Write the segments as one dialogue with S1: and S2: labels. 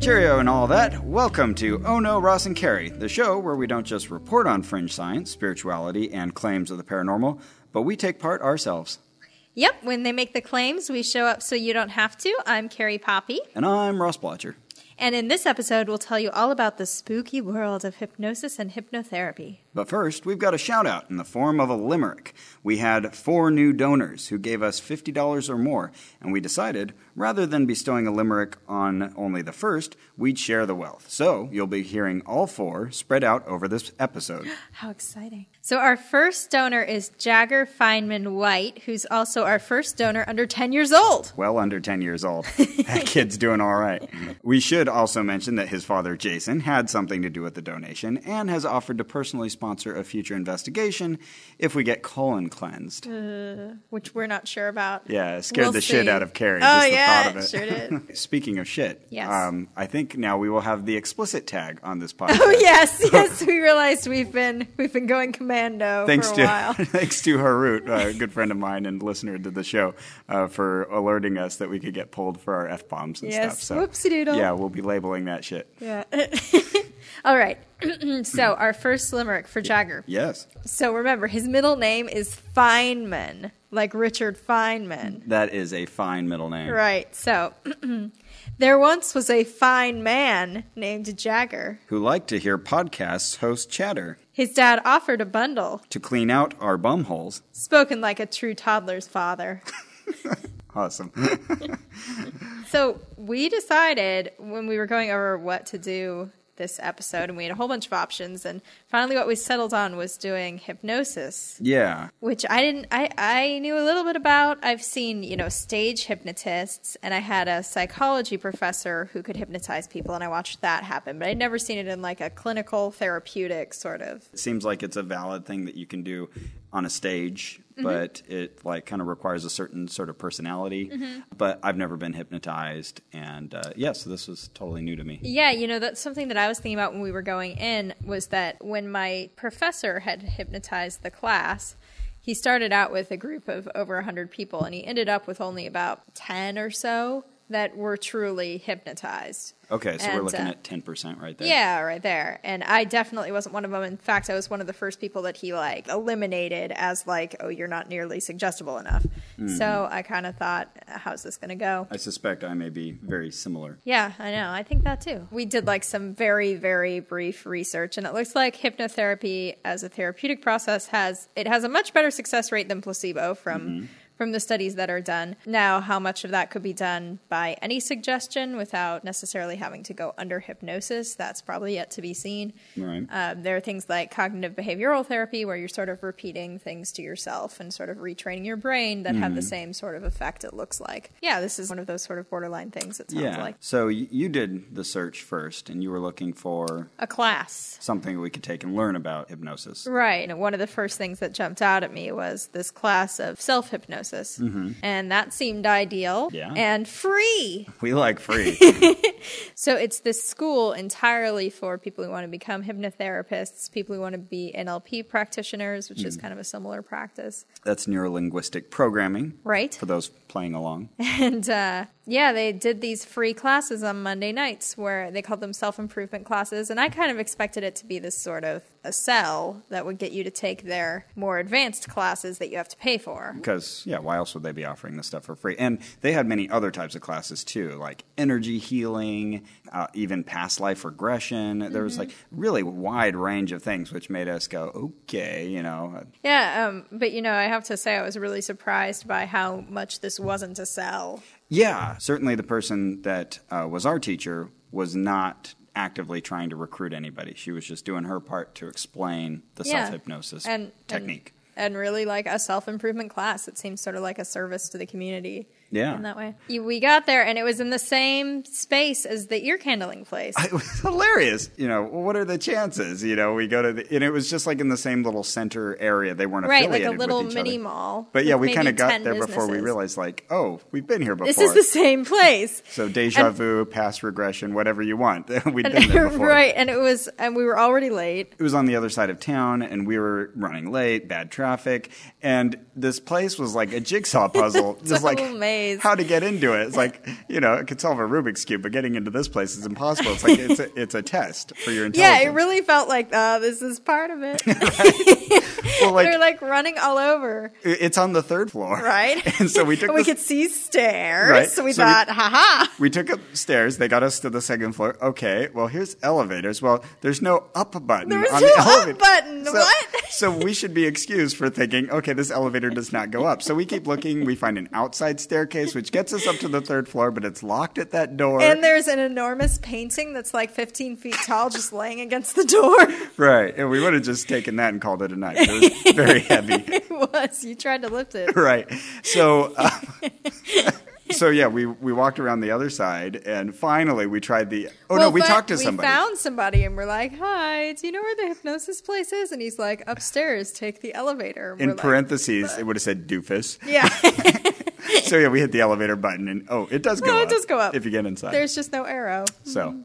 S1: Cheerio and all that. Welcome to Oh No, Ross and Carrie, the show where we don't just report on fringe science, spirituality, and claims of the paranormal, but we take part ourselves.
S2: Yep, when they make the claims, we show up so you don't have to. I'm Carrie Poppy,
S1: And I'm Ross Blotcher.
S2: and in this episode, we'll tell you all about the spooky world of hypnosis and hypnotherapy.
S1: But first, we've got a shout out in the form of a limerick. We had four new donors who gave us $50 or more, and we decided rather than bestowing a limerick on only the first, we'd share the wealth. So you'll be hearing all four spread out over this episode.
S2: How exciting! So, our first donor is Jagger Feynman White, who's also our first donor under 10 years old.
S1: well under 10 years old. that kid's doing all right. We should also mention that his father, Jason, had something to do with the donation and has offered to personally sponsor a future investigation if we get colon cleansed.
S2: Which we're not sure about.
S1: Yeah, it scared
S2: Uh, We'll
S1: the shit
S2: see.
S1: out of Carrie.
S2: Oh,
S1: just the
S2: yeah,
S1: thought of it.
S2: sure did.
S1: Speaking of shit, um,
S2: Yes.
S1: I think now we will have the explicit tag on this podcast.
S2: Oh yes, yes. We realized we've been we've been going commando
S1: thanks
S2: for a
S1: to
S2: while.
S1: thanks to Harut, a good friend of mine and listener to the show, uh, for alerting us that we could get pulled for our f bombs and stuff.
S2: Yes.
S1: So
S2: Whoopsie-doodle.
S1: yeah, we'll be labeling that shit.
S2: Yeah. All right. so our first limerick for Jagger.
S1: Yes,
S2: So remember, his middle name is Feynman, like Richard Feynman.
S1: that is a fine middle name.
S2: Right. So there once was a fine man named Jagger.
S1: Who like to hear podcasts host chatter
S2: His dad offered a bundle,
S1: to clean out our bum holes.
S2: spoken like a true toddler's father.
S1: Awesome.
S2: So we decided when we were going over what to do this episode, and we had a whole bunch of options, and finally what we settled on was doing hypnosis.
S1: yeah,
S2: which I didn't. I I knew a little bit about. I've seen you know stage hypnotists, and I had a psychology professor who could hypnotize people, and I watched that happen. But I'd never seen it in like a clinical therapeutic sort of.
S1: it seems like it's a valid thing that you can do on a stage,
S2: Mm-hmm.
S1: but it like kind of requires a certain sort of personality.
S2: Mm-hmm.
S1: But I've never been hypnotized, and uh, yeah, so this was totally new to me.
S2: Yeah, you know that's something that I was thinking about when we were going in was that when my professor had hypnotized the class. He started out with a group of over 100 people and he ended up with only about 10 or so that were truly hypnotized.
S1: Okay, so we're
S2: And,
S1: looking
S2: uh,
S1: at ten percent right there.
S2: Yeah, right there. And I definitely wasn't one of them. In fact, I was one of the first people that he like eliminated as like, oh, you're not nearly suggestible enough.
S1: Hmm.
S2: So I kind of thought, how's this going to go?
S1: I suspect I may be very similar.
S2: Yeah, I know. I think that too. We did like some very, very brief research, and it looks like hypnotherapy as a therapeutic process has it has a much better success rate than placebo from
S1: Mm-hmm.
S2: from the studies that are done. Now, how much of that could be done by any suggestion without necessarily having to go under hypnosis? That's probably yet to be seen.
S1: Right.
S2: Um, there are things like cognitive behavioral therapy, where you're sort of repeating things to yourself and sort of retraining your brain that
S1: Mm-hmm.
S2: have the same sort of effect. It looks like. Yeah, this is one of those sort of borderline things. It sounds
S1: yeah.
S2: like.
S1: So y- you did the search first, and you were looking for
S2: a class.
S1: something we could take and learn about hypnosis.
S2: Right. And one of the first things that jumped out at me was this class of self hypnosis. And that seemed ideal
S1: Yeah.
S2: and free.
S1: We like free.
S2: So it's this school entirely for people who want to become hypnotherapists, people who want to be NLP practitioners, which is kind of a similar practice.
S1: That's neurolinguistic programming.
S2: Right.
S1: For those playing along.
S2: And uh, yeah, they did these free classes on Monday nights where they called them self improvement classes. And I kind of expected it to be this sort of a cell that would get you to take their more advanced classes that you have to pay for.
S1: Because, yeah, why else would they be offering this stuff for free? And they had many other types of classes too, like energy healing, uh, even past life regression. There
S2: Mm-hmm.
S1: was like really wide range of things, which made us go, okay, you know.
S2: Yeah, um, but you know, I have to say, I was really surprised by how much this wasn't a sell.
S1: Yeah, certainly the person that uh, was our teacher was not actively trying to recruit anybody. She was just doing her part to explain the
S2: Yeah.
S1: self hypnosis
S2: And- and-
S1: technique.
S2: And really, like a self improvement class, it seems sort of like a service to the community.
S1: Yeah.
S2: in that way. You, we got there, and it was in the same space as the ear candling place.
S1: It was hilarious. You know, well, what are the chances? You know, we go to the, and it was just like in the same little center area. They weren't
S2: Right, like
S1: affiliated
S2: a
S1: with
S2: little
S1: each
S2: mini
S1: other.
S2: mall.
S1: But yeah,
S2: with
S1: we kind of
S2: maybe
S1: got
S2: 10
S1: there before we
S2: businesses.
S1: realized, like, oh, we've been here before.
S2: This is the same place.
S1: so deja
S2: and-
S1: vu, past regression, whatever you want. We'd been there before.
S2: right, and it was, and we were already late.
S1: It was on the other side of town, and we were running late, bad traffic, and this place was like a jigsaw puzzle, just like
S2: Total maze.
S1: how to get into it. It's like you know, it could solve a Rubik's cube, but getting into this place is impossible. It's like it's a, it's a test for your
S2: Yeah,
S1: intelligence.
S2: it really felt like, oh, this is part of it.
S1: Well,
S2: we were
S1: like,
S2: like running all over,
S1: it's on the third floor,
S2: right?
S1: And so we took
S2: and we
S1: this-
S2: could see stairs.
S1: Right,
S2: So we
S1: so we- Mm,
S2: thought, haha.
S1: We took upstairs. They got us to the second floor. Okay, well, here's elevators. Well, there's no up button
S2: There's
S1: on
S2: no
S1: the
S2: up
S1: elevator.
S2: button.
S1: So,
S2: What?
S1: so we should be excused for thinking, okay, this elevator does not go up. So we keep looking. We find an outside staircase, which gets us up to the third floor, but it's locked at that door.
S2: And there's an enormous painting that's like 15 feet tall, just laying against the door.
S1: right. And we would have just taken that and called it a night. It was very heavy.
S2: it was. You tried to lift it.
S1: right. So, um, so yeah, we we walked around the other side, and finally we tried the. Oh no,
S2: Well,
S1: we
S2: but
S1: talked to somebody.
S2: We found somebody and we're like, "Hi, do you know where the hypnosis place is?" And he's like, "Upstairs, take the elevator." And
S1: in
S2: we're like,
S1: parentheses, it would have said doofus.
S2: yeah,
S1: so yeah, we hit the elevator button, and oh, it does go
S2: No, it
S1: up.
S2: does go up.
S1: if you get inside.
S2: there's just no arrow.
S1: so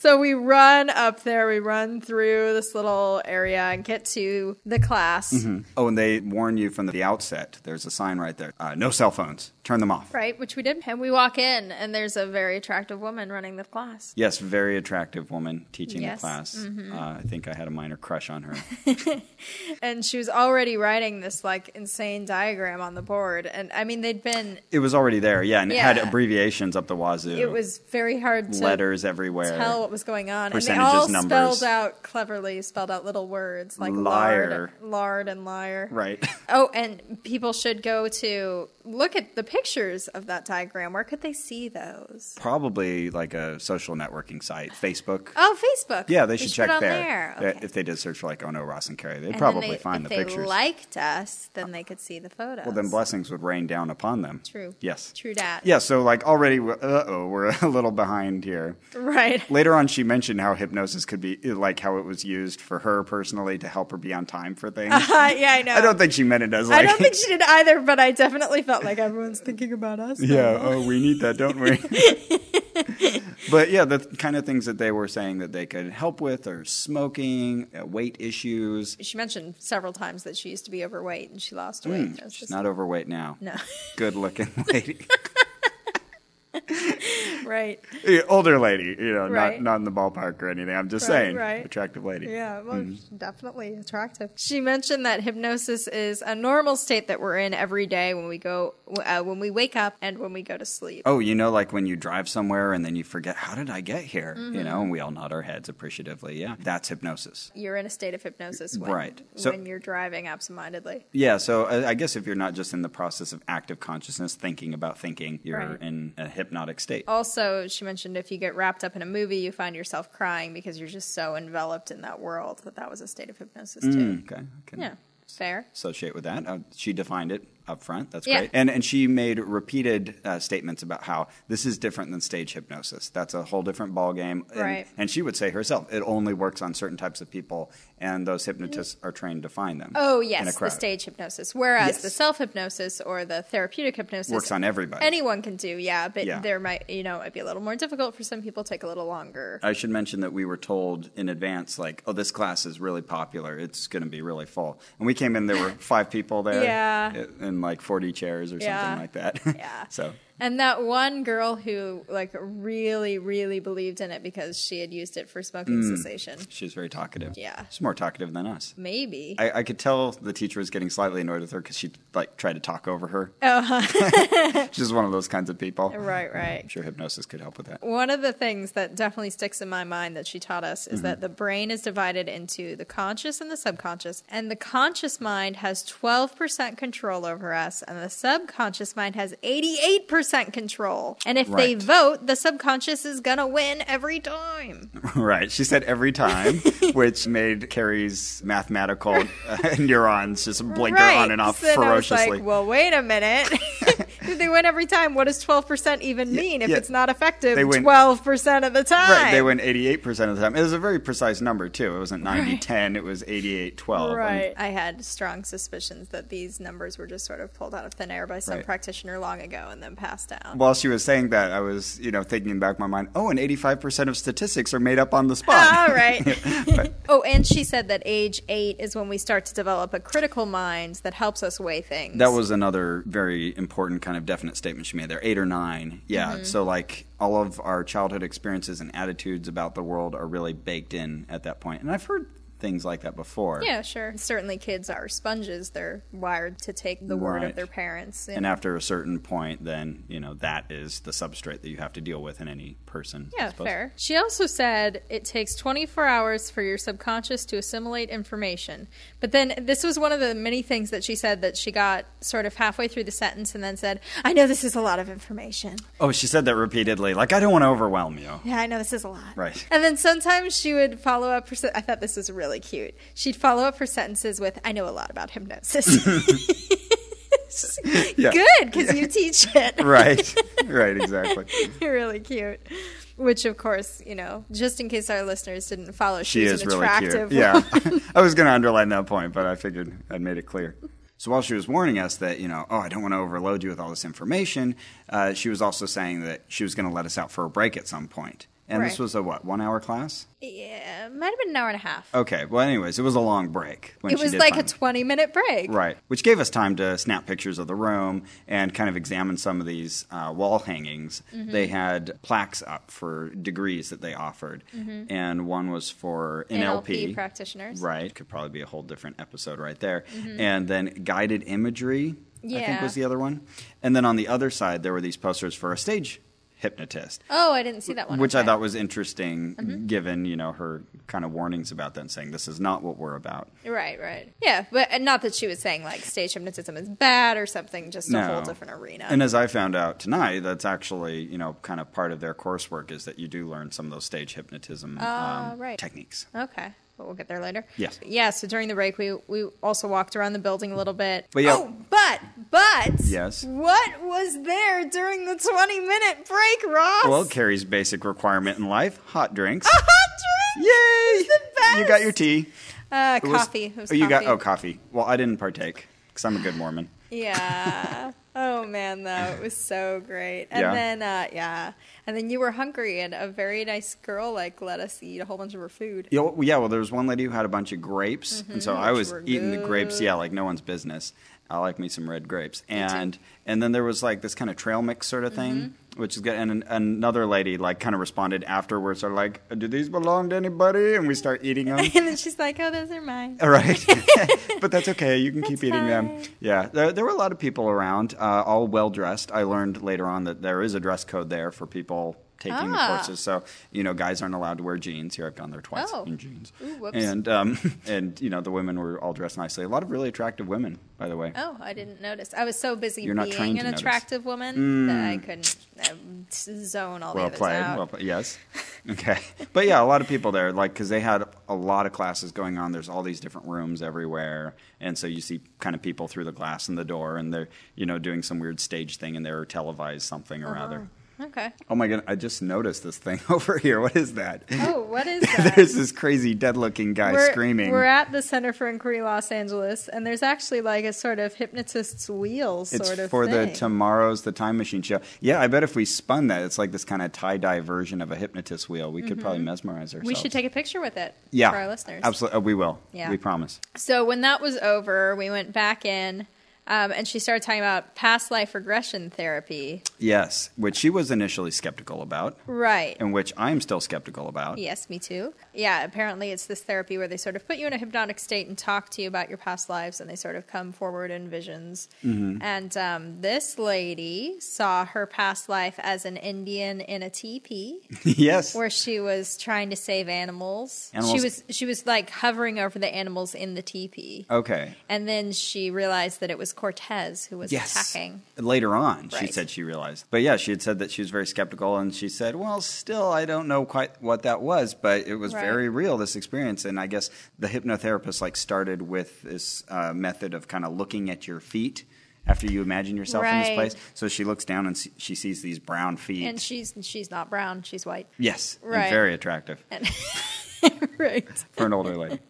S2: So we run up there. We run through this little area and get to the class.
S1: oh, and they warn you from the outset. There's a sign right there. Uh, no cell phones. Turn them off.
S2: Right, which we did. And we walk in, and there's a very attractive woman running the class.
S1: Yes, very attractive woman teaching
S2: Yes. Mm-hmm.
S1: the class. Uh, I think I had a minor crush on her.
S2: And she was already writing this like insane diagram on the board. And I mean, they'd been,
S1: it was already there, yeah, and it had
S2: Yeah.
S1: abbreviations up the wazoo.
S2: it was very hard to
S1: letters everywhere.
S2: tell what was going on. And they
S1: Percentages,
S2: all
S1: numbers.
S2: spelled out cleverly, spelled out little words like
S1: Liar.
S2: lard, lard and liar.
S1: Right.
S2: Oh, and people should go to look at the pictures of that diagram. Where could they see those?
S1: Probably like a social networking site, Facebook.
S2: Oh, Facebook.
S1: yeah, they
S2: We
S1: should check
S2: put on
S1: there.
S2: Okay.
S1: If they did search for like Ono Ross and Carrie, they'd
S2: And then
S1: probably
S2: they-
S1: find
S2: if
S1: the
S2: they
S1: pictures.
S2: liked us, then they could see the photos.
S1: well, then blessings would rain down upon them.
S2: True.
S1: Yes.
S2: True dat.
S1: Yeah, so like already, uh oh, we're a little behind here.
S2: Right.
S1: Later on, she mentioned how hypnosis could be like how it was used for her personally to help her be on time for things.
S2: yeah, I know.
S1: I don't think she meant it as like.
S2: I don't think she did either, but I definitely felt like everyone's thinking about us.
S1: yeah,
S2: now.
S1: oh, we need that, don't we? but yeah, the th- kind of things that they were saying that they could help with are smoking, uh, weight issues.
S2: She mentioned several times that she used to be overweight and she lost weight. I was
S1: Mm, She's
S2: just-
S1: not overweight now.
S2: No.
S1: Good looking lady.
S2: right.
S1: Yeah, Older lady, you know,
S2: Right.
S1: not, not in the ballpark or anything. I'm just
S2: Right,
S1: saying.
S2: right.
S1: Attractive lady.
S2: Yeah, well,
S1: Mm.
S2: definitely attractive. She mentioned that hypnosis is a normal state that we're in every day when we go, uh, when we wake up and when we go to sleep.
S1: Oh, you know, like when you drive somewhere and then you forget, how did I get here? You
S2: Mm-hmm.
S1: know, and we all nod our heads appreciatively. Yeah, that's hypnosis.
S2: You're in a state of hypnosis when,
S1: Right. So-
S2: when you're driving absentmindedly.
S1: Yeah, so uh, I, I guess if you're not just in the process of active consciousness, thinking about thinking, you're
S2: Right.
S1: in a hypnotic state.
S2: Also, she mentioned if you get wrapped up in a movie, you find yourself crying because you're just so enveloped in that world that that was a state of hypnosis, too.
S1: Okay. I can
S2: Hmm. Yeah, fair.
S1: Associate with that. Uh, she defined it up front. That's
S2: Yeah.
S1: great. And and she made repeated uh, statements about how this is different than stage hypnosis. That's a whole different ballgame. And,
S2: Right.
S1: and she would say herself, it only works on certain types of people, and those hypnotists are trained to find them.
S2: Oh
S1: in a
S2: yes, the
S1: crowd.
S2: stage hypnosis. Whereas
S1: Yes.
S2: the self hypnosis or the therapeutic hypnosis
S1: Works on everybody.
S2: Anyone can do, yeah. But
S1: Yeah.
S2: there might, you know, it might be a little more difficult for some people. Take a little longer.
S1: I should mention that we were told in advance, like, oh, this class is really popular. It's going to be really full. And we came in, there were five people there.
S2: Yeah.
S1: i- And like 40 chairs or
S2: Yeah.
S1: something like that.
S2: Yeah.
S1: so,
S2: and that one girl who like really, really believed in it because she had used it for smoking
S1: Mm.
S2: cessation.
S1: she's very talkative.
S2: Yeah.
S1: She's more talkative than us.
S2: Maybe.
S1: I, I could tell the teacher was getting slightly annoyed with her because she, like, tried to talk over her.
S2: oh, huh.
S1: She's one of those kinds of people.
S2: right, right.
S1: I'm sure hypnosis could help with that.
S2: One of the things that definitely sticks in my mind that she taught us
S1: Mm-hmm.
S2: is that the brain is divided into the conscious and the subconscious, and the conscious mind has 12% control over us, and the subconscious mind has 88% control. And if they
S1: Right.
S2: vote, the subconscious is going to win every time.
S1: right. She said every time, which made Carrie's mathematical uh, neurons just blinker on and off
S2: So then I was
S1: ferociously.
S2: like, well, wait a minute. if they win every time, what does 12% even mean if
S1: yeah.
S2: it's not effective
S1: They win-
S2: 12% of the time?
S1: Right, they win 88% of the time. It was a very precise number, too. It wasn't 90 10, it was 88 12.
S2: Right. I had strong suspicions that these numbers were just sort of pulled out of thin air by some
S1: Right.
S2: practitioner long ago and then passed down.
S1: While she was saying that, I was, you know, thinking in the back of my mind, oh, and 85% of statistics are made up on the spot.
S2: All right. oh, and she said that age eight is when we start to develop a critical mind that helps us weigh things.
S1: That was another very important kind of definite statement she made there. Eight or nine. Yeah.
S2: Mm-hmm.
S1: So, like, all of our childhood experiences and attitudes about the world are really baked in at that point. And I've heard things like that before.
S2: Yeah, sure. Certainly, kids are sponges. They're wired to take the word
S1: Right.
S2: of their parents.
S1: And after a certain point, then, you know, that is the substrate that you have to deal with in any person. I
S2: yeah,
S1: suppose.
S2: fair. She also said it takes 24 hours for your subconscious to assimilate information. But then this was one of the many things that she said that she got sort of halfway through the sentence and then said, I know this is a lot of information.
S1: Oh, she said that repeatedly. Like, I don't want to overwhelm you.
S2: Yeah, I know this is a lot.
S1: Right.
S2: And then sometimes she would follow up her. se- I thought this was really cute. She'd follow up her sentences with, "I know a lot about hypnosis."
S1: Yeah.
S2: Good, because you teach it.
S1: Right. right, exactly.
S2: really cute. Which, of course, you know, just in case our listeners didn't follow,
S1: She
S2: she's
S1: is
S2: an
S1: really
S2: attractive.
S1: cute. Yeah. I was going to underline that point, but I figured I'd made it clear. So while she was warning us that, you know, oh, I don't want to overload you with all this information, uh, she was also saying that she was going to let us out for a break at some point. And this
S2: Right.
S1: was a what, one hour class?
S2: yeah, might have been an hour and a half.
S1: Okay. Well, anyways, it was a long break. When
S2: it
S1: Oh, she
S2: was
S1: did
S2: like a
S1: finally-
S2: twenty-minute break.
S1: Right, which gave us time to snap pictures of the room and kind of examine some of these uh, wall hangings.
S2: Mm-hmm.
S1: They had plaques up for degrees that they offered,
S2: Mm-hmm.
S1: and one was for NLP.
S2: NLP practitioners. Mm-hmm.
S1: Right, could probably be a whole different episode right there. And then guided imagery, I think
S2: Yeah.
S1: was the other one. And then on the other side, there were these posters for a stage hypnotist.
S2: Oh, I didn't see that one. Mm-hmm.
S1: Which I
S2: Okay.
S1: thought was interesting, given you know her kind of warnings about that, saying this is not what we're about.
S2: Right, right. Yeah, but and not that she was saying like stage hypnotism is bad or something, just a whole different arena.
S1: And as I found out tonight, that's actually you know kind of part of their coursework is that you do learn some of those stage hypnotism um,
S2: Ah, right.
S1: techniques.
S2: okay. But we'll get there later.
S1: Yes.
S2: Yeah, so during the break we we also walked around the building a little bit.
S1: But yeah-
S2: Oh, but but
S1: Yes.
S2: What was there during the 20 minute break, Ross?
S1: Well, Carrie's basic requirement in life: hot drinks.
S2: Hundred?
S1: Yay!
S2: Ah, the best.
S1: You got your tea.
S2: Uh,
S1: It was-
S2: coffee. It was
S1: oh, you got
S2: coffee.
S1: oh coffee. Well, I didn't partake because I'm a good Mormon.
S2: Yeah. oh man, though it was so great. And
S1: Yeah.
S2: then uh, yeah, and then you were hungry, and a very nice girl like let us eat a whole bunch of her food. Mm-hmm.
S1: You know, yeah, well, there was one lady who had a bunch of grapes, and so I
S2: which
S1: was
S2: were
S1: eating the grapes.
S2: good.
S1: Yeah, like no one's business. I like me some red grapes, and and then there was like this kind of trail mix sort
S2: Mm-hmm.
S1: of thing, which is good. And an, another lady like kind of responded afterwards, sort of like, "Do these belong to anybody?" And we start eating them.
S2: And then she's like, "Oh, those are mine."
S1: All right, but that's okay. You can keep
S2: That's
S1: eating them.
S2: fine.
S1: Yeah, there, there were a lot of people around, uh, all well dressed. I learned later on that there is a dress code there for people taking the
S2: Ah.
S1: courses. So you know, guys aren't allowed to wear jeans. Here, I've gone there twice
S2: Oh.
S1: in jeans.
S2: Ooh, whoops.
S1: and um, and you know, the women were all dressed nicely. A lot of really attractive women, by the way.
S2: Oh, I didn't notice. I was so busy
S1: You're not trained
S2: being
S1: to
S2: an
S1: notice. Hmm.
S2: attractive woman that I couldn't uh, zone all
S1: well
S2: the others
S1: played.
S2: out.
S1: Well played. Yes. Okay. But yeah, a lot of people there, like, because they had a lot of classes going on. There's all these different rooms everywhere, and so you see kind of people through the glass in the door, and they're you know doing some weird stage thing, and they're televised something or other.
S2: Okay.
S1: Oh my god! I just noticed this thing over here. What is that?
S2: Oh, what is that?
S1: There's this crazy dead-looking guy
S2: we're,
S1: screaming.
S2: We're at the Center for Inquiry, Los Angeles, and there's actually like a sort of hypnotist's wheel sort
S1: it's
S2: of
S1: for the
S2: thing.
S1: tomorrow's the time machine show. Yeah, I bet if we spun that, it's like this kind of tie-dye version of a hypnotist wheel. We could probably mesmerize ourselves.
S2: Mm-hmm. we should take a picture with it
S1: yeah,
S2: for our listeners.
S1: Absolutely, we will.
S2: Yeah.
S1: we promise.
S2: So when that was over, we went back in, um, and she started talking about past life regression therapy.
S1: Yes, which she was initially skeptical about,
S2: Right.
S1: and which I'm still skeptical about.
S2: Yes, me too. Yeah, apparently it's this therapy where they sort of put you in a hypnotic state and talk to you about your past lives, and they sort of come forward in visions. And um, this lady saw her past life as an Indian in a teepee,
S1: yes.
S2: where she was trying to save animals.
S1: Animals-
S2: She was she was like hovering over the animals in the teepee,
S1: okay.
S2: and then she realized that it was Cortez who was
S1: Yes.
S2: attacking.
S1: Later on, she
S2: Right.
S1: said she realized. But yeah, she had said that she was very skeptical, and she said, "Well, still, I don't know quite what that was, but it was
S2: Right.
S1: very real this experience." And I guess the hypnotherapist like started with this uh, method of kind of looking at your feet after you imagine yourself in this
S2: Right.
S1: place. So she looks down and se- she sees these brown feet.
S2: And she's she's not brown; she's white.
S1: yes, and
S2: Right.
S1: very attractive
S2: right.
S1: for an older lady.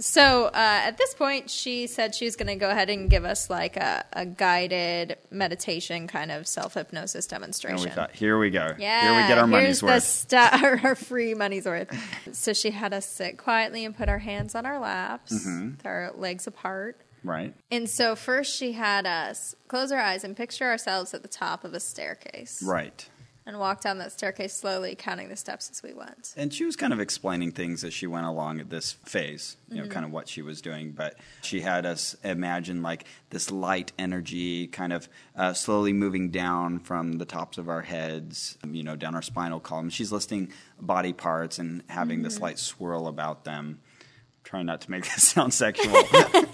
S2: So uh, at this point, she said she was going to go ahead and give us like a, a guided meditation kind of self hypnosis
S1: And
S2: demonstration.
S1: we thought, here we go.
S2: yeah,
S1: here we get our money's
S2: here's the
S1: worth.
S2: stu- our, our free money's worth. so she had us sit quietly and put our hands on our laps,
S1: Mm-hmm.
S2: with our legs apart.
S1: Right.
S2: And so first she had us close our eyes and picture ourselves at the top of a staircase.
S1: Right.
S2: And walk down that staircase slowly, counting the steps as we went.
S1: And she was kind of explaining things as she went along at this phase, you
S2: Mm-hmm.
S1: know, kind of what she was doing. But she had us imagine like this light energy kind of uh, slowly moving down from the tops of our heads, um, you know, down our spinal column. She's listing body parts and having
S2: Mm-hmm.
S1: this light swirl about them. Trying not to make this sound sexual.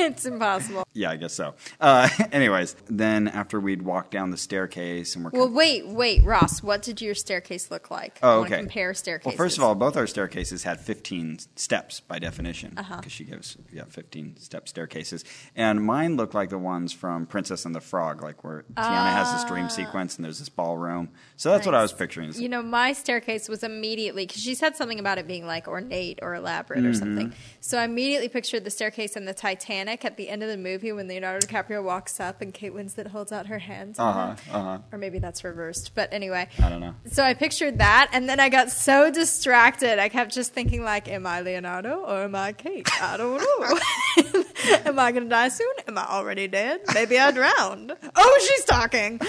S2: it's impossible.
S1: yeah, I guess so. Uh, anyways, then after we'd walked down the staircase and we're
S2: Well, wait, wait, Ross. What did your staircase look like? I
S1: Oh,
S2: wanna
S1: okay.
S2: compare staircases.
S1: Well, first of all, both our staircases had 15 steps by definition because
S2: Uh-huh.
S1: she gives yeah 15 step staircases, and mine looked like the ones from Princess and the Frog, like where Tiana has this dream sequence and there's this ballroom. So that's what I
S2: Ah. Nice.
S1: was picturing.
S2: You know, my staircase was immediately because she said something about it being like ornate or elaborate
S1: Mm-hmm.
S2: or something. So I immediately pictured the staircase in the Titanic at the end of the movie when Leonardo DiCaprio walks up and Kate Winslet holds out her hands. on
S1: Uh-huh,
S2: it. Or maybe that's reversed. But anyway.
S1: I don't know.
S2: So I pictured that and then I got so distracted. I kept just thinking like, am I Leonardo or am I Kate? I don't know. am I going to die soon? Am I already dead? Maybe I drowned. Oh, she's talking.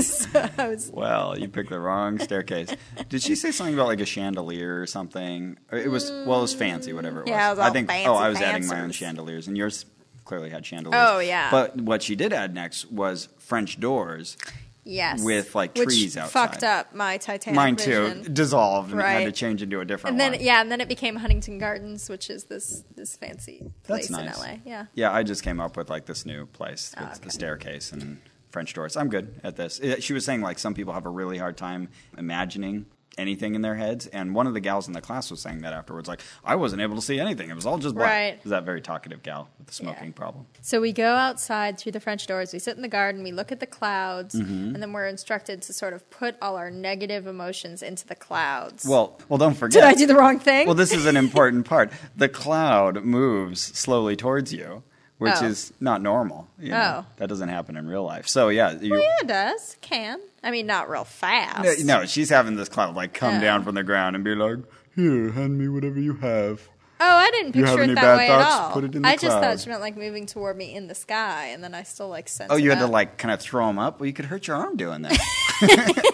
S2: so I was
S1: Well, you picked the wrong staircase. Did she say something about like a chandelier or something? Or It was well, it was fancy, whatever it was.
S2: Mm, Yeah, it was
S1: I
S2: all
S1: think.
S2: fancy
S1: oh, I was adding my own
S2: fancies.
S1: chandeliers, and yours clearly had chandeliers.
S2: Oh, yeah.
S1: But what she did add next was French doors.
S2: Yes.
S1: with, like,
S2: Which
S1: trees outside.
S2: Fucked up my Titanic.
S1: Mine
S2: vision.
S1: too dissolved and had to
S2: Right.
S1: change into a different
S2: And then
S1: one.
S2: yeah, and then it became Huntington Gardens, which is this this fancy
S1: That's
S2: place
S1: nice.
S2: in LA. Yeah.
S1: Yeah, I just came up with like this new place
S2: Oh,
S1: with
S2: okay.
S1: the staircase and French doors. I'm good at this. It- she was saying like some people have a really hard time imagining anything in their heads, and one of the gals in the class was saying that afterwards. Like, I wasn't able to see anything. It was all just black.
S2: Right.
S1: It was that very talkative gal with the smoking
S2: Yeah.
S1: problem?
S2: So we go outside through the French doors, we sit in the garden, we look at the clouds,
S1: Mm-hmm.
S2: and then we're instructed to sort of put all our negative emotions into the clouds.
S1: Well, well, don't forget.
S2: Did I do the wrong thing?
S1: Well, this is an important part. The cloud moves slowly towards you, which
S2: Oh.
S1: is not normal. you know.
S2: Oh.
S1: that doesn't happen in real life. So yeah, you,
S2: yeah, it does. Can. I mean not real
S1: No,
S2: fast.
S1: no, she's having this cloud like come
S2: Oh.
S1: down from the ground and be like, "Here, hand me whatever you have."
S2: Oh, I didn't
S1: You
S2: picture
S1: have
S2: it
S1: any
S2: that
S1: bad
S2: way
S1: thoughts?
S2: at all.
S1: Put it in the
S2: I just thought
S1: clouds.
S2: she meant like moving toward me in the sky and then I still like sensed
S1: Oh, you
S2: it
S1: had to
S2: up.
S1: like kind of throw them up. Well, you could hurt your arm doing that.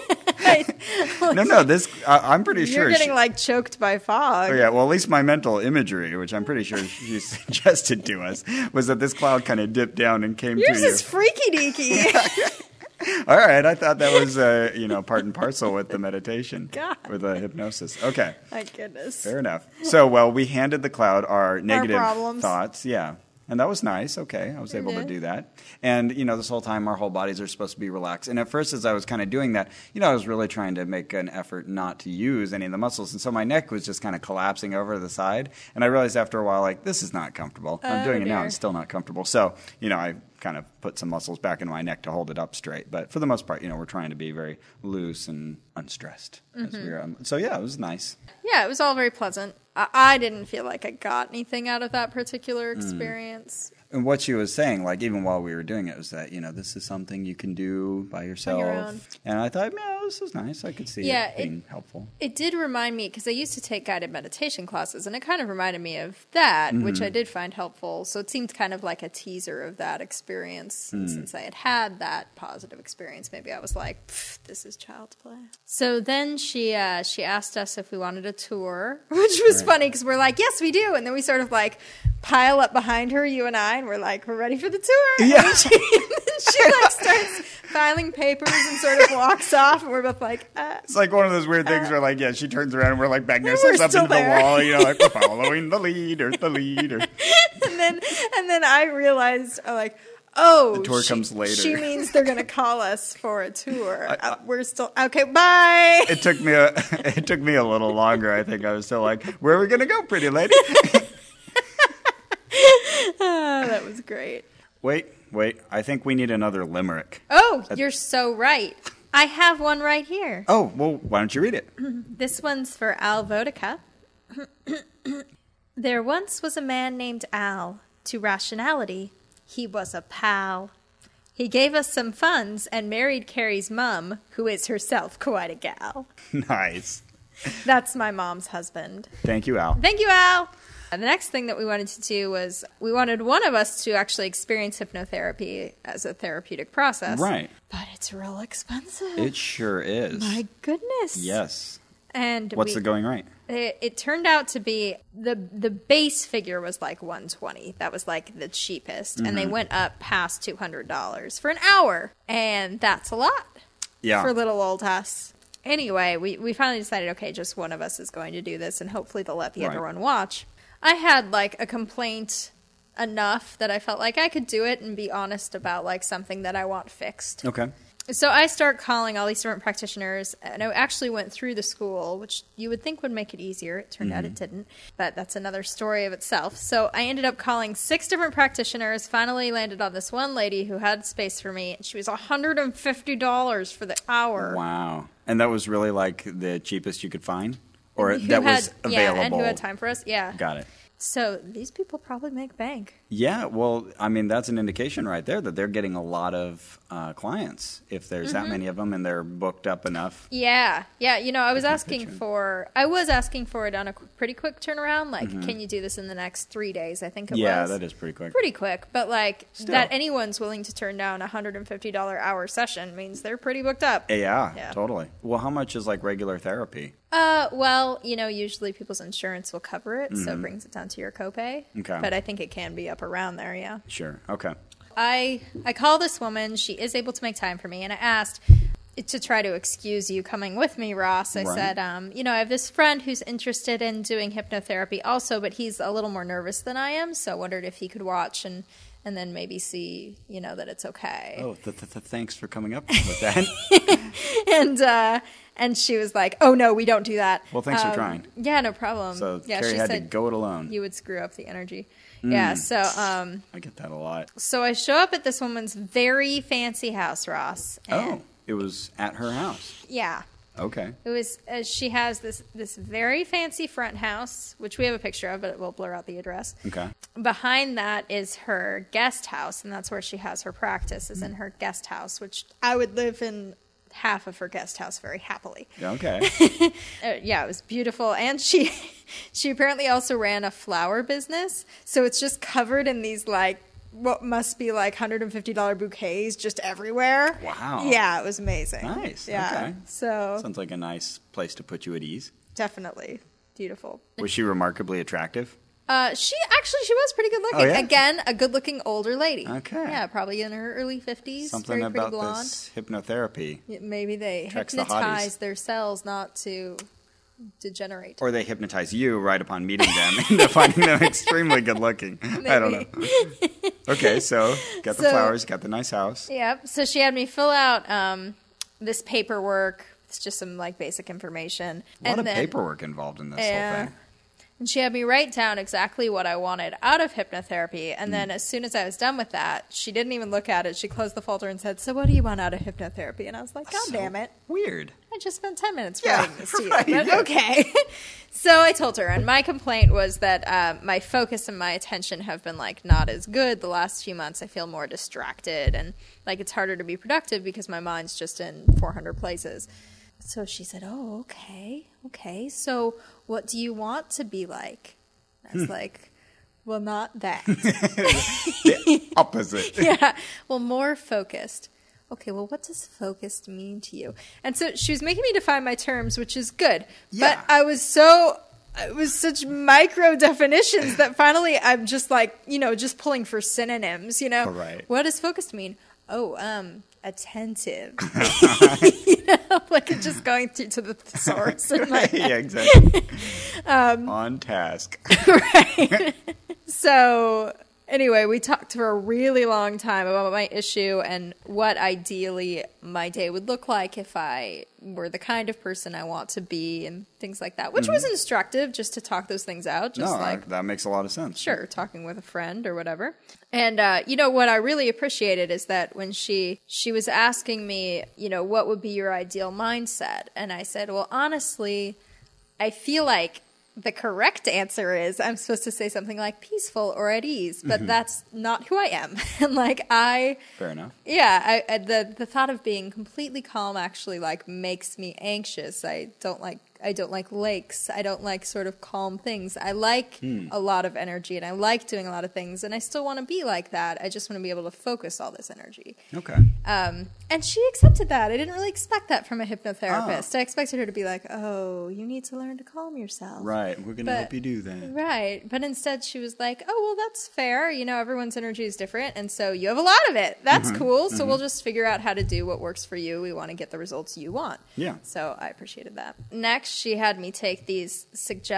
S2: Well,
S1: no, no, this I, I'm pretty
S2: You're
S1: sure.
S2: getting
S1: she-
S2: like choked by fog.
S1: Oh, yeah, well, at least my mental imagery, which I'm pretty sure she suggested to us, was that this cloud kind of dipped down and came
S2: Yours
S1: to you.
S2: is freaky deaky.
S1: All right, I thought that was uh, you know part and parcel with the meditation,
S2: God.
S1: with the hypnosis. Okay,
S2: My goodness.
S1: fair enough. So, well, we handed the cloud our negative
S2: problems.
S1: thoughts. Yeah. And that was nice. Okay. I was able to
S2: did.
S1: do that. And, you know, this whole time our whole bodies are supposed to be relaxed. And at first, as I was kind of doing that, you know, I was really trying to make an effort not to use any of the muscles. And so my neck was just kind of collapsing over to the side. And I realized after a while, like, this is not comfortable. I'm
S2: Oh,
S1: doing it now.
S2: dear.
S1: It's still not comfortable. So, you know, I kind of put some muscles back into my neck to hold it up straight. But for the most part, you know, we're trying to be very loose and unstressed. as
S2: Mm-hmm.
S1: we were. So, yeah, it was nice.
S2: Yeah, it was all very pleasant. I, I didn't feel like I got anything out of that
S1: Hmm.
S2: particular experience.
S1: And what she was saying, like even while we were doing it, was that you know this is something you can do by yourself.
S2: your own.
S1: And I thought, yeah, this is nice. I could see
S2: Yeah,
S1: it
S2: it-
S1: being helpful.
S2: It did remind me because I used to take guided meditation classes, and it kind of reminded me of that,
S1: Mm-hmm.
S2: which I did find helpful. So it seemed kind of like a teaser of that experience. And
S1: Hmm.
S2: since I had had that positive experience, maybe I was like, "Pfft, "This is child's play." So then she uh, she asked us if we wanted a tour, which was
S1: Right.
S2: funny because we're like, "Yes, we do," and then we sort of like pile up behind her, you and I, and we're like, "We're ready for the tour."
S1: Yeah.
S2: And then she, she like starts filing papers and sort of walks off, and we're both like, uh,
S1: It's like one of those weird things where, like, yeah, she turns around and we're like backing
S2: ourselves
S1: ourselves
S2: Uh, We're
S1: up
S2: up
S1: into the wall,
S2: still into the there. wall,
S1: you know, like we're following the leader, the leader.
S2: and then and then I realized uh, like oh
S1: The tour
S2: she,
S1: comes later.
S2: She means they're gonna call us for a tour. Uh, we're still okay. Bye.
S1: It took me a, it took me a little longer. I think I was still like, where are we gonna go, pretty lady?
S2: Ah, that was great.
S1: Wait, wait. I think we need another limerick.
S2: Oh, you're so right. I have one right here.
S1: Oh, well, why don't you read it?
S2: This one's for Al Vodica. there once was a man named Al. To rationality, he was a pal. He gave us some funds and married Carrie's mum, who is herself quite a gal.
S1: nice.
S2: That's my mom's husband.
S1: Thank you, Al.
S2: Thank you, Al. And the next thing that we wanted to do was we wanted one of us to actually experience hypnotherapy as a therapeutic process.
S1: Right.
S2: But it's real expensive.
S1: It sure is.
S2: my goodness.
S1: yes.
S2: And
S1: What's
S2: we,
S1: the going rate?
S2: It, it turned out to be the the base figure was like 120. That was like the cheapest, and
S1: Mm-hmm.
S2: they went up past $200 for an hour, and that's a lot
S1: Yeah.
S2: for little old us. Anyway, we, we finally decided okay, just one of us is going to do this, and hopefully they'll let the other
S1: Right.
S2: one watch. I had like a complaint enough that I felt like I could do it and be honest about like something that I want fixed.
S1: okay.
S2: So I start calling all these different practitioners, and I actually went through the school, which you would think would make it easier. It turned out it
S1: Mm-hmm.
S2: didn't, but that's another story of itself. So I ended up calling six different practitioners. Finally, landed on this one lady who had space for me, and she was hundred and fifty dollars for the hour.
S1: Wow. And that was really like the cheapest you could find? Or
S2: Who
S1: that
S2: had-
S1: was available?
S2: Yeah, and who had time for us? Yeah.
S1: Got it.
S2: So these people probably make bank.
S1: Yeah, well, I mean, that's an indication right there that they're getting a lot of uh, clients if there's that
S2: Mm-hmm.
S1: many of them and they're booked up enough.
S2: Yeah, yeah. You know, I was
S1: can
S2: asking
S1: picture.
S2: for, I was asking for it on a qu- pretty quick turnaround. Like, can you do this in the next three days? I think it
S1: Mm-hmm. Yeah,
S2: was.
S1: that is pretty quick.
S2: pretty quick. But like
S1: Still.
S2: that, anyone's willing to turn down a hundred and fifty dollar hour session means they're pretty booked up.
S1: Eh, yeah,
S2: Yeah.
S1: totally. Well, how much is like regular therapy?
S2: Uh, well, you know, usually people's insurance will cover it, so it brings it down to your copay.
S1: Mm-hmm. Okay.
S2: But I think it can be up around there. Yeah.
S1: Sure. Okay.
S2: I I call this woman. She is able to make time for me, and I asked to try to excuse you coming with me, Ross. I
S1: Right.
S2: said, um, you know, I have this friend who's interested in doing hypnotherapy also, but he's a little more nervous than I am, so I wondered if he could watch and and then maybe see, you know, that it's okay.
S1: Oh, th- th- th- thanks for coming up with that.
S2: and uh, and she was like, "Oh no, we don't do that." Um,
S1: Well, thanks for trying.
S2: Yeah, no problem.
S1: So
S2: yeah,
S1: Carrie
S2: she
S1: had to
S2: said
S1: go Hmm. it alone.
S2: you would screw up the energy. Yeah, so um,
S1: I get that a lot.
S2: so I show up at this woman's very fancy house, Ross.
S1: Oh,
S2: and-
S1: it was at her house.
S2: yeah.
S1: Okay.
S2: It was uh, she has this this very fancy front house, which we have a picture of, but it will blur out the address.
S1: Okay.
S2: Behind that is her guest house, and that's where she has her practice.
S1: Hmm.
S2: Is in her guest house, which I would live in half of her guest house very happily.
S1: Okay.
S2: Uh, yeah, it was beautiful, and she she apparently also ran a flower business. So it's just covered in these like what must be like hundred and fifty dollar bouquets just everywhere.
S1: Wow.
S2: Yeah, it was amazing.
S1: Nice,
S2: Yeah.
S1: okay.
S2: So
S1: Sounds like a nice place to put you at ease.
S2: definitely beautiful.
S1: Was she remarkably attractive?
S2: Uh, she actually she was pretty good looking.
S1: Oh, yeah?
S2: Again, a good looking older lady.
S1: Okay.
S2: Yeah, probably in her early fifties.
S1: Something
S2: very pretty
S1: about
S2: blonde.
S1: this hypnotherapy.
S2: Yeah, Maybe they
S1: Attracts the hotties.
S2: hypnotize their cells not to degenerate.
S1: Or they hypnotize you right upon meeting them into finding them extremely good looking. I don't know. Okay, so got the
S2: So-
S1: flowers, got the nice house.
S2: Yep. So she had me fill out um, this paperwork. It's just some like basic information.
S1: A lot of paperwork involved in this
S2: Yeah.
S1: whole thing.
S2: And she had me write down exactly what I wanted out of hypnotherapy. And
S1: Mm.
S2: then as soon as I was done with that, she didn't even look at it. She closed the folder and said, "So what do you want out of hypnotherapy?" And I was like, "God
S1: So
S2: damn it."
S1: Weird.
S2: I just spent 10 minutes
S1: Yeah,
S2: writing this to you.
S1: right,
S2: but
S1: yeah.
S2: okay. so I told her, and my complaint was that uh, my focus and my attention have been like not as good the last few months. I feel more distracted and like it's harder to be productive because my mind's just in 400 places. So she said, Oh, okay. Okay. So what do you want to be like? I
S1: Hmm.
S2: was like, Well, not that.
S1: Opposite.
S2: yeah. Well, more focused. Okay, well, what does focused mean to you? And so she was making me define my terms, which is good.
S1: Yeah.
S2: But I was so, it was such micro definitions that finally I'm just like, you know, just pulling for synonyms, you know?
S1: Right.
S2: What does focused mean? Oh, um, attentive. you know, like it's just going through to the thesaurus in my head.
S1: yeah, Um, exactly. On task.
S2: So Anyway, we talked for a really long time about my issue and what ideally my day would look like if I were the kind of person I want to be and things like that, which was instructive just to talk those things out.
S1: Mm-hmm. No,
S2: Just like,
S1: I- that makes a lot of sense.
S2: sure talking with a friend or whatever and uh, you know what i really appreciated is that when she she was asking me you know what would be your ideal mindset and i said well honestly i feel like the correct answer is i'm supposed to say something like peaceful or at ease but that's not who i am and like i
S1: Fair enough.
S2: yeah, I, I, the the thought of being completely calm actually like makes me anxious. I don't like I don't like lakes. I don't like sort of calm things. I like a lot of energy and I like doing a lot of things and I still want to be like that. I just want to be able to focus all this energy.
S1: Okay.
S2: Um, and she accepted that. I didn't really expect that from a hypnotherapist. I expected her to be like, "Oh, you need to learn to calm yourself."
S1: Right. We're going to
S2: But-
S1: help you do that.
S2: Right. But instead, she was like, oh, well, that's fair. You know, everyone's energy is different. And so you have a lot of it. That's cool. So we'll just figure out how to do what works for you. We want to get the results you want.
S1: Yeah.
S2: So I appreciated that. Next, she had me take these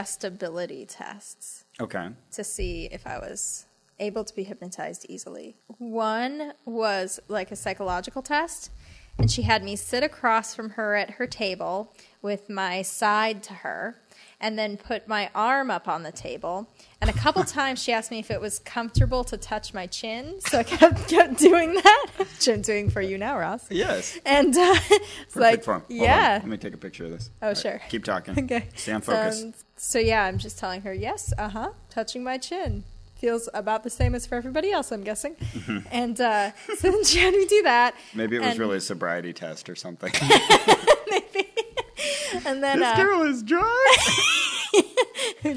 S2: suggestibility tests
S1: Okay.
S2: to see if I was able to be hypnotized easily. One was like a psychological test, and she had me sit across from her at her table with my side to her. And then put my arm up on the table. And a couple times she asked me if it was comfortable to touch my chin. So I kept, kept doing that, which I'm doing for you now, Ross.
S1: Yes.
S2: And uh, it's
S1: Perfect
S2: like,
S1: form. Hold on.
S2: yeah.
S1: Let me take a picture of this.
S2: Oh,
S1: All right,
S2: sure.
S1: Keep talking.
S2: Okay.
S1: Stand focused.
S2: Um, so yeah, I'm just telling her, yes, uh huh, touching my chin. Feels about the same as for everybody else, I'm guessing. and uh, so then she had me do that.
S1: Mm-hmm. Maybe it was
S2: and-
S1: really a sobriety test or something.
S2: And then
S1: this
S2: uh,
S1: girl is drunk.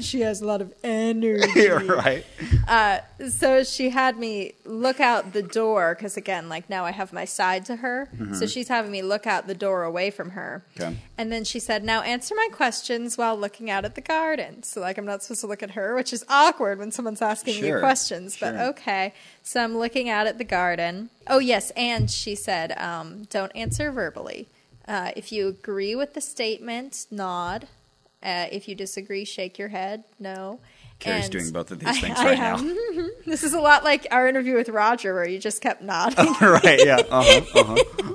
S2: she has a lot of energy.
S1: You're right.
S2: Uh, so she had me look out the door because again, like now I have my side to her, so she's having me look out the door away from her.
S1: Mm-hmm. Okay.
S2: And then she said, "Now answer my questions while looking out at the garden." So like I'm not supposed to look at her, which is awkward when someone's asking
S1: Sure.
S2: you questions. But
S1: Sure.
S2: okay, so I'm looking out at the garden. Oh yes, and she said, um, "Don't answer verbally. Uh, if you agree with the statement, nod." Uh, if you disagree, shake your head. No.
S1: Carrie's
S2: And-
S1: doing both of these
S2: I-
S1: things
S2: I
S1: right
S2: am.
S1: now.
S2: This is a lot like our interview with Roger, where you just kept nodding.
S1: right. Yeah. Uh-huh, uh-huh.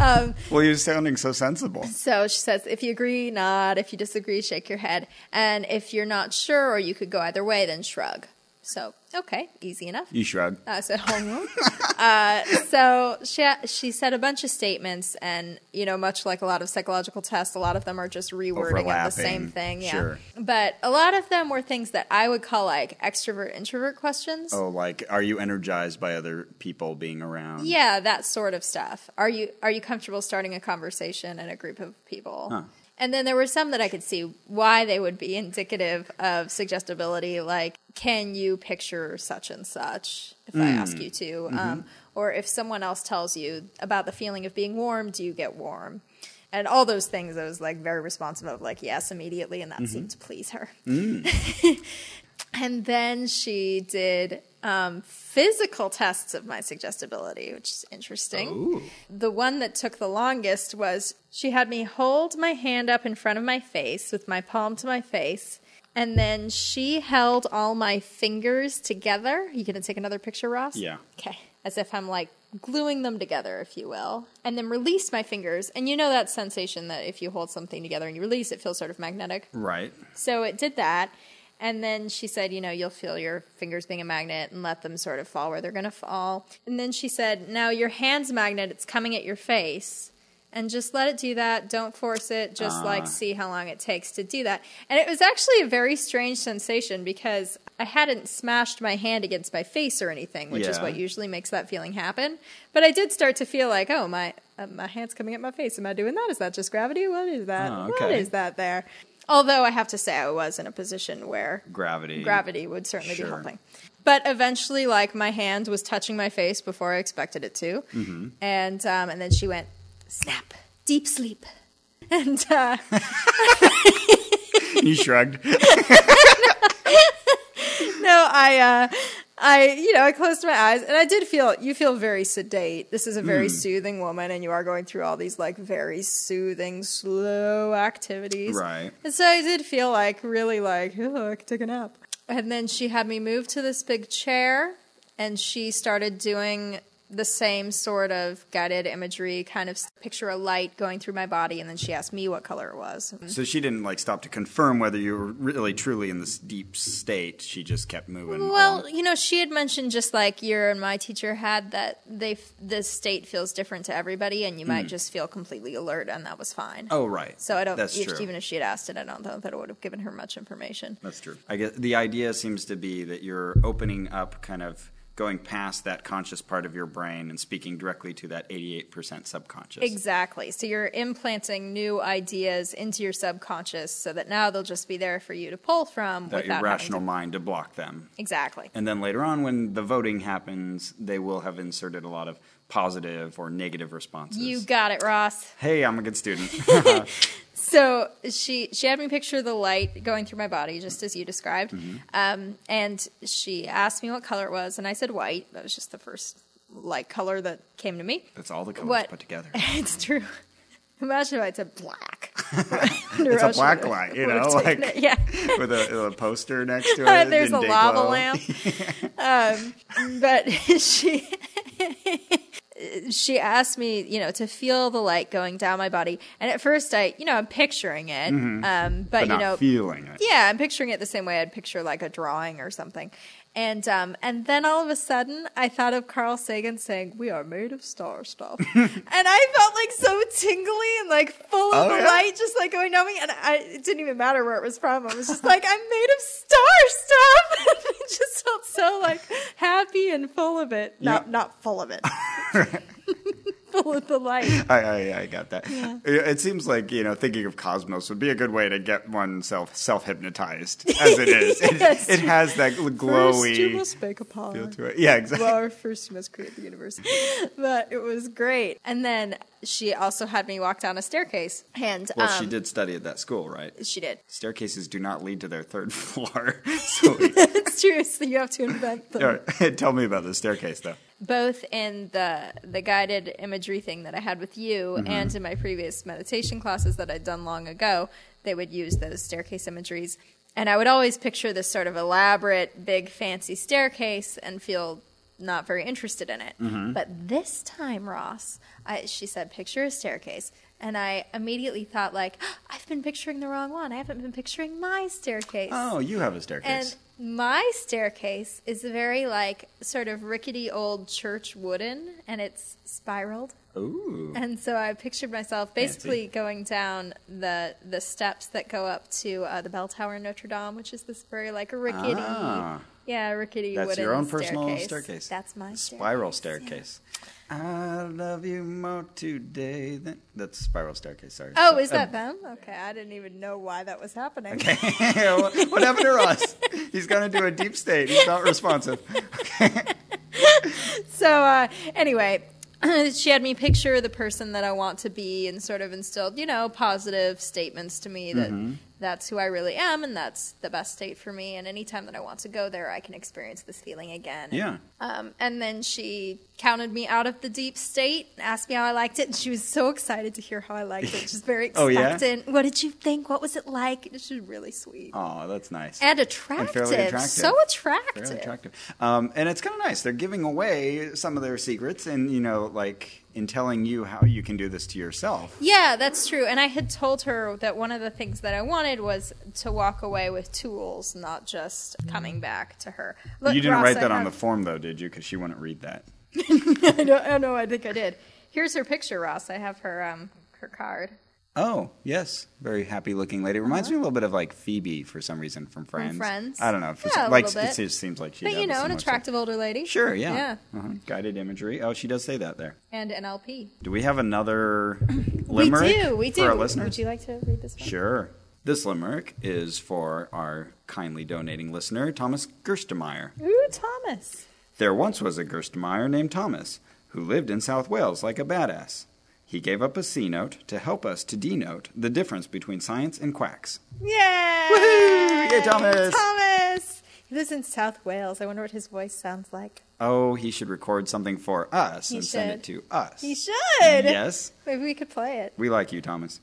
S2: Um,
S1: well, you're sounding so sensible.
S2: so she says, if you agree, nod. If you disagree, shake your head. And if you're not sure, or you could go either way, then shrug. So, okay, easy enough.
S1: You shrug.
S2: I said, "Oh, no." uh, so she she said a bunch of statements, and you know, much like a lot of psychological tests, a lot of them are just rewording of the
S1: Overlapping,
S2: same thing. Yeah,
S1: sure.
S2: but a lot of them were things that I would call like extrovert introvert questions.
S1: Oh, like, are you energized by other people being around?
S2: Yeah, that sort of stuff. Are you are you comfortable starting a conversation in a group of people?
S1: Huh.
S2: And then there were some that I could see why they would be indicative of suggestibility, like can you picture such and such if I ask you to, um, or if someone else tells you about the feeling of being warm, do you get warm? And all those things, I was like very responsive of like yes immediately, and that seemed to please her. And then she did um, physical tests of my suggestibility, which is interesting.
S1: Ooh.
S2: The one that took the longest was she had me hold my hand up in front of my face with my palm to my face. And then she held all my fingers together. You gonna take another picture, Ross?
S1: Yeah.
S2: Okay. As if I'm like gluing them together, if you will. And then release my fingers. And you know that sensation that if you hold something together and you release, it feels sort of magnetic.
S1: Right.
S2: So it did that. And then she said, you know, you'll feel your fingers being a magnet and let them sort of fall where they're going to fall. And then she said, now your hand's magnet, it's coming at your face. And just let it do that. Don't force it. Just
S1: Ah.
S2: like see how long it takes to do that. And it was actually a very strange sensation because I hadn't smashed my hand against my face or anything, which is
S1: Yeah.
S2: what usually makes that feeling happen. But I did start to feel like, oh, my, uh, my hand's coming at my face. Am I doing that? Is that just gravity? What is that?
S1: Oh,
S2: What
S1: okay.
S2: is that there? Although I have to say, I was in a position where
S1: Gravity.
S2: gravity would certainly
S1: Sure.
S2: be helping. But eventually, like my hand was touching my face before I expected it to,
S1: Mm-hmm.
S2: and um, and then she went snap, deep sleep, and uh,
S1: you shrugged.
S2: no, I. Uh, I, you know, I closed my eyes and I did feel, you feel very sedate. This is a very soothing woman and you are going through all these like very soothing, slow activities.
S1: Right.
S2: And so I did feel like really like, oh, I could take a nap. And then she had me move to this big chair and she started doing the same sort of guided imagery, kind of s- picture a light going through my body, and then she asked me what color it was.
S1: So she didn't like stop to confirm whether you were really truly in this deep state. She just kept moving.
S2: Well,
S1: on.
S2: you know, she had mentioned just like your and my teacher had that they f- the state feels different to everybody, and you might just feel completely alert, and that was fine.
S1: Mm. oh right.
S2: So I don't
S1: That's
S2: if-
S1: true.
S2: even if she had asked it, I don't know that it would have given her much information.
S1: That's true. I guess the idea seems to be that you're opening up, kind of going past that conscious part of your brain and speaking directly to that 88% subconscious.
S2: Exactly. So you're implanting new ideas into your subconscious, so that now they'll just be there for you to pull from
S1: that
S2: without
S1: irrational
S2: Having
S1: mind to block them.
S2: to, exactly.
S1: And then later on, when the voting happens, they will have inserted a lot of positive or negative responses.
S2: You got it, Ross.
S1: hey, I'm a good student.
S2: So she she had me picture the light going through my body, just as you described,
S1: Mm-hmm.
S2: um, and she asked me what color it was, and I said white. That was just the first light color that came to me.
S1: That's all the colors
S2: What?
S1: put together.
S2: It's true. Imagine if I said black.
S1: It's a black light, you know, like
S2: yeah.
S1: with a, a poster next to
S2: Uh,
S1: it.
S2: there's
S1: in
S2: a
S1: day
S2: lava
S1: glow.
S2: lamp. um, but she she asked me, you know, to feel the light going down my body, and at first I, you know, I'm picturing it, um,
S1: Mm-hmm. But,
S2: but,
S1: not
S2: you know,
S1: feeling it.
S2: yeah, I'm picturing it the same way I'd picture like a drawing or something. And um, and then all of a sudden, I thought of Carl Sagan saying, "We are made of star stuff," and I felt like so tingly and like full of
S1: Oh,
S2: the
S1: yeah?
S2: light, just like going down me. And I, it didn't even matter where it was from. I was just like, "I'm made of star stuff." and I just felt so like happy and full of it. Not
S1: Yeah.
S2: not full of it. full of the light.
S1: I, I, I got that. It it seems like you know thinking of cosmos would be a good way to get oneself self hypnotized as it is.
S2: Yes.
S1: it, it has that
S2: First, you
S1: glowy
S2: must make a power.
S1: feel to it. Yeah, exactly.
S2: Well, um, first you must create the universe. But it was great. And then she also had me walk down a staircase. And
S1: Well,
S2: um,
S1: she did study at that school, right?
S2: She did.
S1: Staircases do not lead to their third floor. So,
S2: It's true. So you have to invent them.
S1: all right, tell me about the staircase, though.
S2: Both in the the guided imagery thing that I had with you, and in my previous meditation classes that I'd done long ago, they would use those staircase imageries. And I would always picture this sort of elaborate, big, fancy staircase and feel not very interested in it. But this time, Ross, I, she said, picture a staircase. And I immediately thought, like, I've been picturing the wrong one. I haven't been picturing my staircase.
S1: Oh, you have a staircase.
S2: And my staircase is very like sort of rickety old church wooden and it's spiraled.
S1: Ooh.
S2: And so I pictured myself basically going down the the steps that go up to uh, the bell tower in Notre Dame, which is this very like rickety,
S1: Ah.
S2: yeah, rickety
S1: That's
S2: wooden
S1: your own personal
S2: staircase.
S1: staircase.
S2: That's my
S1: spiral
S2: staircase. Yeah.
S1: staircase. I love you more today than that's spiral staircase. Sorry.
S2: Oh, is that them? Okay, I didn't even know why that was happening.
S1: what happened to Ross? He's gonna do a deep state. He's not responsive.
S2: So uh, anyway, she had me picture the person that I want to be, and sort of instilled, you know, positive statements to me that
S1: Mm-hmm.
S2: that's who I really am, and that's the best state for me. And anytime that I want to go there, I can experience this feeling again.
S1: Yeah.
S2: Um, and then she counted me out of the deep state, asked me how I liked it, and she was so excited to hear how I liked it. She's very
S1: Oh, yeah?
S2: expectant. What did you think? What was it like? She was really sweet
S1: Oh, that's nice.
S2: and attractive.
S1: attractive.
S2: So attractive.
S1: Fairly attractive. Um, and it's kind of nice. They're giving away some of their secrets, and you know, like in telling you how you can do this to yourself.
S2: Yeah, that's true. And I had told her that one of the things that I wanted was to walk away with tools, not just coming back to her. Look,
S1: Mm. you didn't
S2: Ross,
S1: write
S2: I
S1: that on the
S2: have-
S1: form, though, did you? Because she wouldn't read that.
S2: I don't, I don't know. I think I did. Here's her picture, Ross. I have her um her card.
S1: Oh yes, very happy looking lady. Reminds me a little bit of like Phoebe for some reason from Friends.
S2: Uh-huh. Friends?
S1: I don't know. For
S2: Yeah,
S1: some,
S2: a
S1: like
S2: little
S1: it
S2: bit.
S1: just seems like she.
S2: but you know, an attractive older lady.
S1: Sure. Yeah.
S2: Yeah.
S1: Uh-huh. Guided imagery. Oh, she does say that there.
S2: And NLP.
S1: Do we have another limerick
S2: we do. We do.
S1: for our listeners?
S2: Would you like to read this one?
S1: Sure. This limerick is for our kindly donating listener, Thomas Gerstemeyer.
S2: Ooh, Thomas.
S1: There once was a Gerstmeyer named Thomas, who lived in South Wales like a badass. He gave up a C note to help us to denote the difference between science and quacks.
S2: Yay!
S1: Woohoo! Yay, Thomas!
S2: Thomas. He lives in South Wales. I wonder what his voice sounds like.
S1: Oh, he should record something for us and send it to us.
S2: He should.
S1: Yes.
S2: Maybe we could play it.
S1: We like you, Thomas.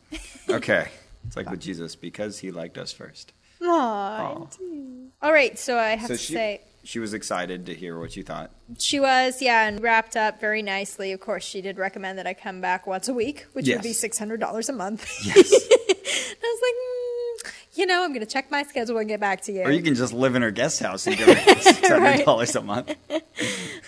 S1: Okay. it's like with Jesus, because he liked us first.
S2: Aw,
S1: Aw.
S2: indeed. All right, so I have
S1: So
S2: to
S1: she-
S2: say,
S1: She was excited to hear what you thought.
S2: She was, yeah, and wrapped up very nicely. Of course, she did recommend that I come back once a week, which
S1: Yes.
S2: would be six hundred dollars a month.
S1: Yes.
S2: I was like, mm, you know, I'm going to check my schedule and get back to you.
S1: or you can just live in her guest house and give her six hundred dollars a month.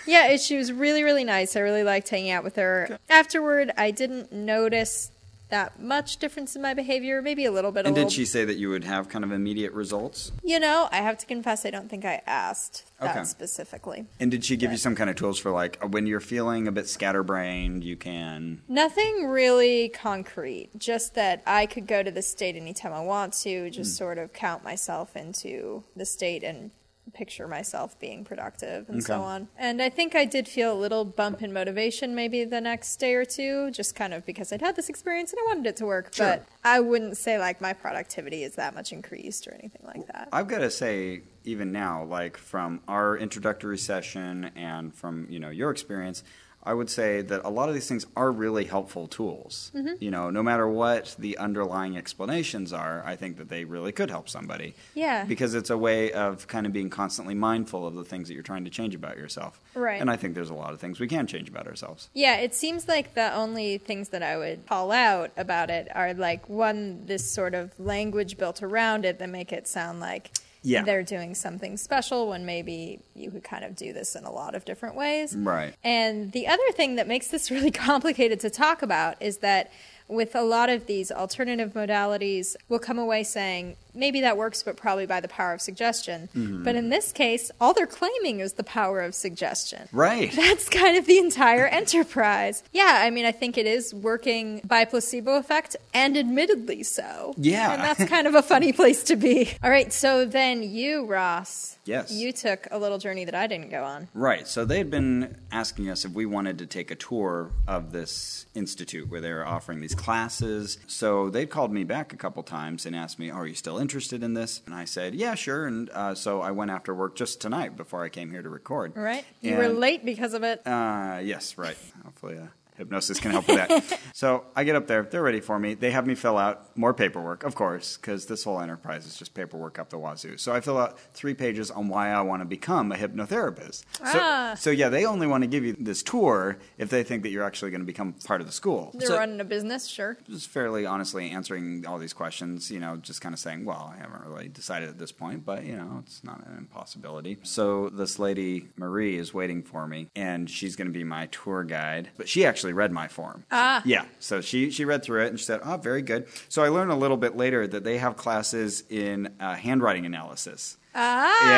S2: yeah, it, she was really, really nice. I really liked hanging out with her. Afterward, I didn't notice that much difference in my behavior. Maybe a little bit. a
S1: And
S2: little,
S1: did she say that you would have kind of immediate results?
S2: You know, I have to confess, I don't think I asked that
S1: Okay.
S2: specifically.
S1: And did she give you some kind of tools for like uh, when you're feeling a bit scatterbrained, you can?
S2: Nothing really concrete, just that I could go to the state anytime I want to, just
S1: Mm.
S2: sort of count myself into the state and picture myself being productive and so
S1: Okay.
S2: on. And I think I did feel a little bump in motivation maybe the next day or two, just kind of because I'd had this experience and I wanted it to work.
S1: Sure.
S2: But I wouldn't say like my productivity is that much increased or anything like that.
S1: I've got to say, even now, like from our introductory session and from you know your experience, I would say that a lot of these things are really helpful tools.
S2: Mm-hmm.
S1: You know, no matter what the underlying explanations are, I think that they really could help somebody.
S2: Yeah.
S1: Because it's a way of kind of being constantly mindful of the things that you're trying to change about yourself.
S2: Right.
S1: And I think there's a lot of things we can change about ourselves.
S2: Yeah, it seems like the only things that I would call out about it are like one, this sort of language built around it that make it sound like
S1: Yeah.
S2: they're doing something special when maybe you could kind of do this in a lot of different ways.
S1: Right.
S2: And the other thing that makes this really complicated to talk about is that with a lot of these alternative modalities, we'll come away saying, maybe that works, but probably by the power of suggestion.
S1: Mm-hmm.
S2: But in this case, all they're claiming is the power of suggestion.
S1: Right.
S2: That's kind of the entire enterprise. Yeah, I mean, I think it is working by placebo effect, and admittedly so.
S1: Yeah.
S2: And that's kind of a funny place to be. All right, so then you, Ross.
S1: Yes.
S2: You took a little journey that I didn't go on.
S1: Right. So they had been asking us if we wanted to take a tour of this institute where they were offering these classes. So they'd called me back a couple times and asked me, Are you still interested in this? And I said, Yeah, sure. And uh, so I went after work just tonight before I came here to record.
S2: Right? You were
S1: And-
S2: late because of it.
S1: uh, yes, right. Hopefully, uh, hypnosis can help with that. so I get up there. They're ready for me. They have me fill out more paperwork, of course, because this whole enterprise is just paperwork up the wazoo. So I fill out three pages on why I want to become a hypnotherapist.
S2: Ah.
S1: So, so yeah, they only want to give you this tour if they think that you're actually going to become part of the school.
S2: They're
S1: So-
S2: running a business, sure.
S1: just fairly honestly answering all these questions, you know, just kind of saying, well, I haven't really decided at this point, but, you know, it's not an impossibility. So this lady, Marie, is waiting for me, and she's going to be my tour guide. But she actually read my form. Ah. Yeah. So she, she read through it and she said, oh, very good. So I learned a little bit later that they have classes in uh, handwriting analysis.
S2: Ah.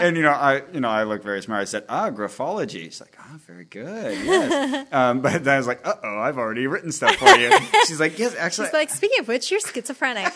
S1: Yeah. And you know, I you know, I look very smart. I said, ah, graphology. She's like, ah, very good. Yes. um, but then I was like, uh oh, I've already written stuff for you. She's like, yes, actually.
S2: It's like, speaking of which, you're schizophrenic.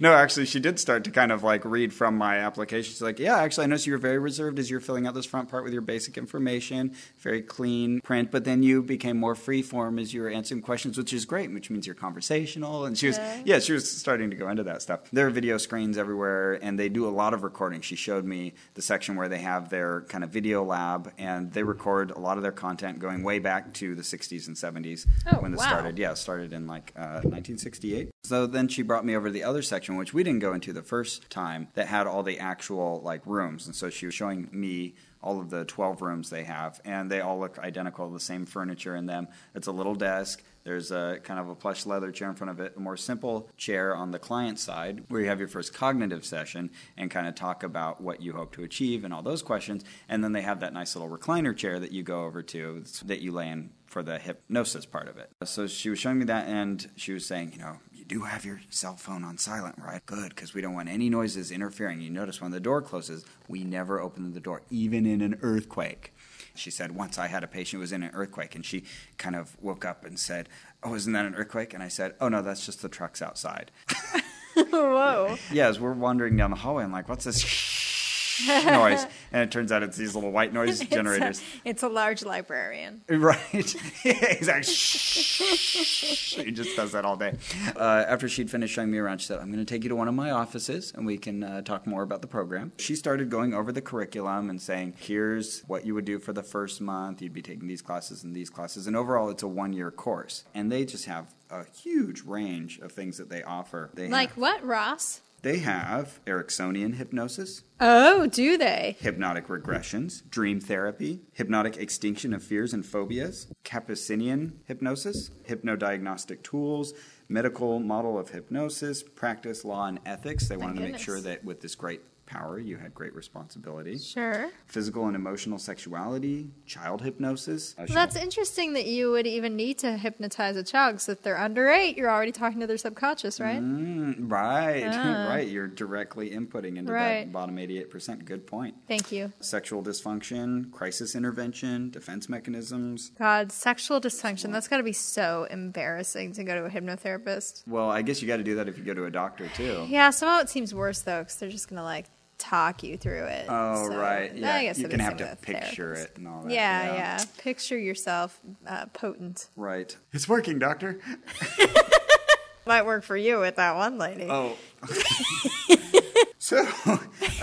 S1: no, actually, she did start to kind of like read from my application. She's like, yeah, actually, I noticed you were very reserved as you were filling out this front part with your basic information, very clean print, but then you became more free form as you were answering questions, which is great, which means you're conversational. And she was,
S2: Yeah.
S1: yeah, she was starting to go into that stuff. There are video screens everywhere, and they do a lot of recording. She showed me the section where they have their kind of video lab, and they record a lot of their content going way back to the 60s and 70s
S2: Oh,
S1: when this
S2: wow.
S1: started. Yeah, it started in like uh, 1968. So then she brought me over to the other section, which we didn't go into the first time, that had all the actual like rooms. And so she was showing me all of the 12 rooms they have, and they all look identical, the same furniture in them. It's a little desk. There's a kind of a plush leather chair in front of it, a more simple chair on the client side where you have your first cognitive session and kind of talk about what you hope to achieve and all those questions. And then they have that nice little recliner chair that you go over to that you lay in for the hypnosis part of it. So she was showing me that, and she was saying, you know, you do have your cell phone on silent, right? Good, because we don't want any noises interfering. You notice when the door closes, we never open the door, even in an earthquake. She said, once I had a patient who was in an earthquake, and she kind of woke up and said, Oh, isn't that an earthquake? And I said, Oh, no, that's just the trucks outside.
S2: Whoa.
S1: yeah, as we're wandering down the hallway, I'm like, What's this noise? And it turns out it's these little white noise
S2: It's a-
S1: generators.
S2: it's a large librarian.
S1: Right. Yeah, He's like, shh. he just does that all day. Uh, after she'd finished showing me around, she said, I'm going to take you to one of my offices and we can uh, talk more about the program. She started going over the curriculum and saying, here's what you would do for the first month. You'd be taking these classes and these classes. And overall, it's a one year course. And they just have a huge range of things that they offer. They
S2: Like
S1: have-
S2: what, Ross?
S1: They have Ericksonian hypnosis,
S2: Oh, do they?
S1: hypnotic regressions, dream therapy, hypnotic extinction of fears and phobias, Capucinian hypnosis, hypnodiagnostic tools, medical model of hypnosis, practice, law, and ethics. They wanted to make
S2: goodness.
S1: sure that with this great power, you had great responsibility.
S2: Sure.
S1: Physical and emotional sexuality, child hypnosis.
S2: Well, that's interesting that you would even need to hypnotize a child because if they're under eight, you're already talking to their subconscious, right?
S1: Mm, right,
S2: Ah.
S1: right. You're directly inputting into that
S2: Right.
S1: bottom 88%. Good point.
S2: Thank you.
S1: Sexual dysfunction, crisis intervention, defense mechanisms.
S2: God, sexual dysfunction. That's got to be so embarrassing to go to a hypnotherapist.
S1: Well, I guess you got to do that if you go to a doctor too.
S2: Yeah, somehow it seems worse though because they're just gonna like talk you through it.
S1: Oh,
S2: So,
S1: right. Yeah,
S2: I guess
S1: you
S2: it
S1: can
S2: is
S1: have
S2: same
S1: to
S2: with
S1: picture
S2: therapists.
S1: it and all that.
S2: Yeah, yeah, Picture yourself uh, potent.
S1: Right. It's working, doctor.
S2: Might work for you with that one lady.
S1: Oh. so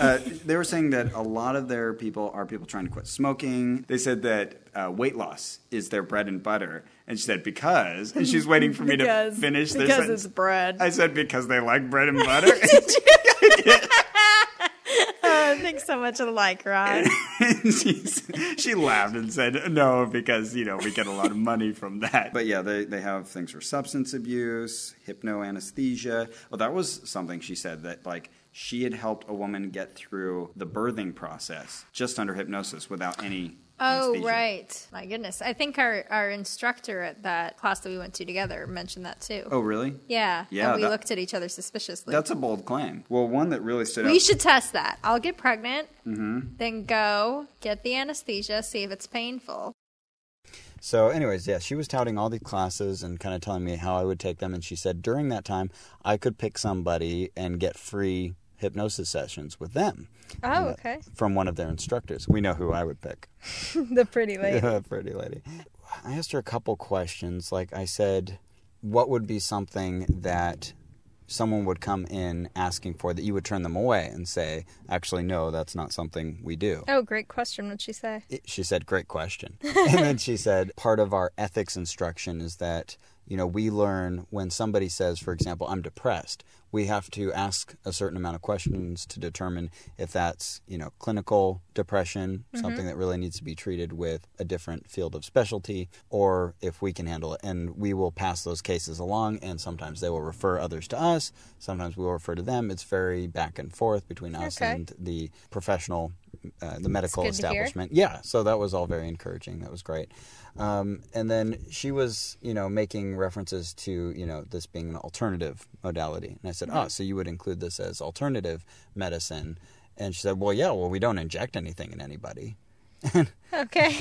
S1: uh, they were saying that a lot of their people are people trying to quit smoking. They said that uh, weight loss is their bread and butter. And she said, because. And she's waiting for me to
S2: because
S1: finish this
S2: because
S1: sentence.
S2: it's bread.
S1: I said, because they like bread and butter.
S2: I think Oh, so much alike, Rod.
S1: And she, s- she laughed and said, "No, because you know we get a lot of money from that." But yeah, they they have things for substance abuse, hypnoanesthesia. Well, that was something she said that like she had helped a woman get through the birthing process just under hypnosis without any.
S2: Oh,
S1: anesthesia.
S2: right. My goodness. I think our, our instructor at that class that we went to together mentioned that too.
S1: Oh, really?
S2: Yeah.
S1: Yeah,
S2: And we
S1: that-
S2: looked at each other suspiciously.
S1: That's a bold claim. Well, one that really stood
S2: We
S1: out.
S2: should test that. I'll get pregnant,
S1: Mm-hmm.
S2: then go get the anesthesia, see if it's painful.
S1: So, anyways, yeah, she was touting all these classes and kind of telling me how I would take them. And she said during that time, I could pick somebody and get free hypnosis sessions with them.
S2: Oh, okay.
S1: from one of their instructors. We know who I would pick.
S2: the pretty lady.
S1: Pretty lady. I asked her a couple questions. Like I said, what would be something that someone would come in asking for that you would turn them away and say, actually, no, that's not something we do?
S2: Oh, great question. What'd she say?
S1: It- She said, great question. and then she said, part of our ethics instruction is that, you know, we learn when somebody says, for example, I'm depressed, we have to ask a certain amount of questions to determine if that's, you know, clinical depression, something that really needs to be treated with a different field of specialty, or if we can handle it. And we will pass those cases along, and sometimes they will refer others to us, sometimes we will refer to them. It's very back and forth between us
S2: Okay.
S1: and the professional. Uh, the medical
S2: good to hear.
S1: establishment management. Yeah, so that was all very encouraging. That was great. Um, and then she was, you know, making references to, you know, this being an alternative modality. And I said,
S2: Mm-hmm.
S1: oh, so you would include this as alternative medicine? And she said, well, yeah, well, we don't inject anything in anybody.
S2: Okay.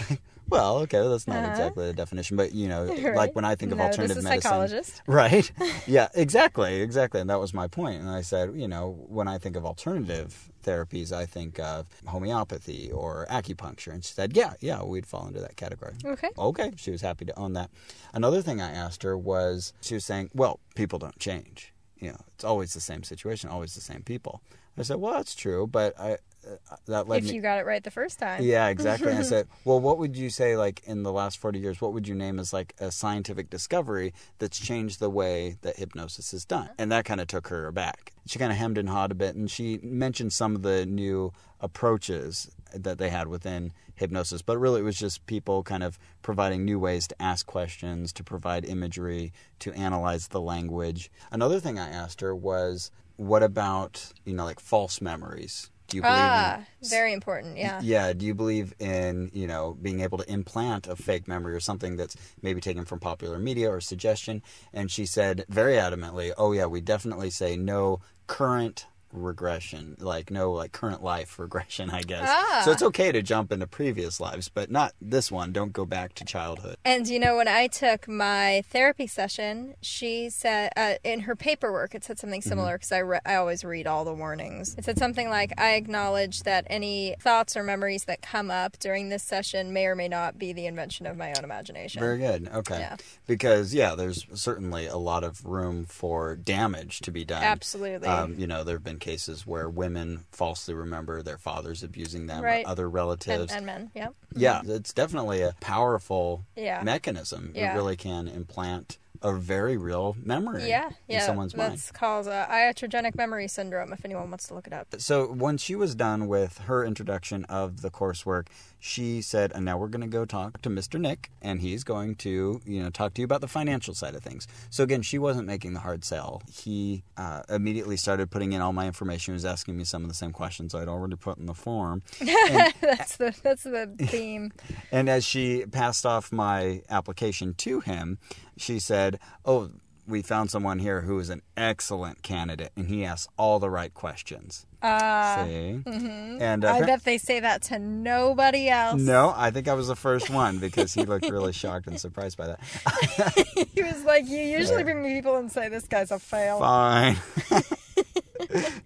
S1: Well, okay, well, that's not exactly the definition, but you know,
S2: Uh-huh. Right.
S1: like when I think of
S2: No, this
S1: alternative
S2: is
S1: medicine,
S2: psychologist.
S1: right? yeah, exactly, exactly, and that was my point. And I said, you know, when I think of alternative therapies, I think of homeopathy or acupuncture, and she said, yeah, yeah, we'd fall into that category.
S2: Okay.
S1: Okay, she was happy to own that. Another thing I asked her was, she was saying, well, people don't change. You know, it's always the same situation, always the same people. I said, well, that's true, but I uh, that led me.
S2: got it right the first time.
S1: Yeah, exactly. And I said, well, what would you say, like, in the last 40 years, what would you name as, like, a scientific discovery that's changed the way that hypnosis is done? And that kind of took her aback. She kind of hemmed and hawed a bit, and she mentioned some of the new approaches that they had within hypnosis. But really, it was just people kind of providing new ways to ask questions, to provide imagery, to analyze the language. Another thing I asked her was, what about, you know, like, false memories? Do you believe in
S2: Ah, very important. Yeah.
S1: yeah, do you believe in, you know, being able to implant a fake memory or something that's maybe taken from popular media or suggestion? And she said very adamantly, "Oh yeah, we definitely say no current regression, like no like current life regression, I guess." So it's okay to jump into previous lives, but not this one. Don't go back to childhood.
S2: And you know, when I took my therapy session, she said uh, in her paperwork, it said something
S1: Mm-hmm.
S2: similar because I, re- I always read all the warnings. It said something like, I acknowledge that any thoughts or memories that come up during this session may or may not be the invention of my own imagination.
S1: Very good. Okay.
S2: Yeah.
S1: Because yeah, there's certainly a lot of room for damage to be done.
S2: Absolutely.
S1: Um, you know, there have been cases where women falsely remember their fathers abusing them
S2: Right.
S1: or other
S2: and,
S1: relatives.
S2: and men, yeah.
S1: yeah, it's definitely a powerful
S2: Yeah.
S1: mechanism.
S2: Yeah.
S1: It really can implant a very real memory
S2: Yeah,
S1: in
S2: yeah.
S1: someone's mind.
S2: that's called uh, iatrogenic memory syndrome. If anyone wants to look it up.
S1: So when she was done with her introduction of the coursework, she said, "And now we're going to go talk to Mr. Nick, and he's going to, you know, talk to you about the financial side of things." So again, she wasn't making the hard sell. He uh, immediately started putting in all my information. He was asking me some of the same questions I'd already put in the form.
S2: that's the that's the theme.
S1: And as she passed off my application to him, she said, "Oh." We found someone here who is an excellent candidate, and he asks all the right questions.
S2: Uh,
S1: See, and uh,
S2: I
S1: appar-
S2: bet they say that to nobody else.
S1: No, I think I was the first one because he looked really shocked and surprised by that.
S2: He was like, you usually bring me people and say this guy's a fail.
S1: Fine.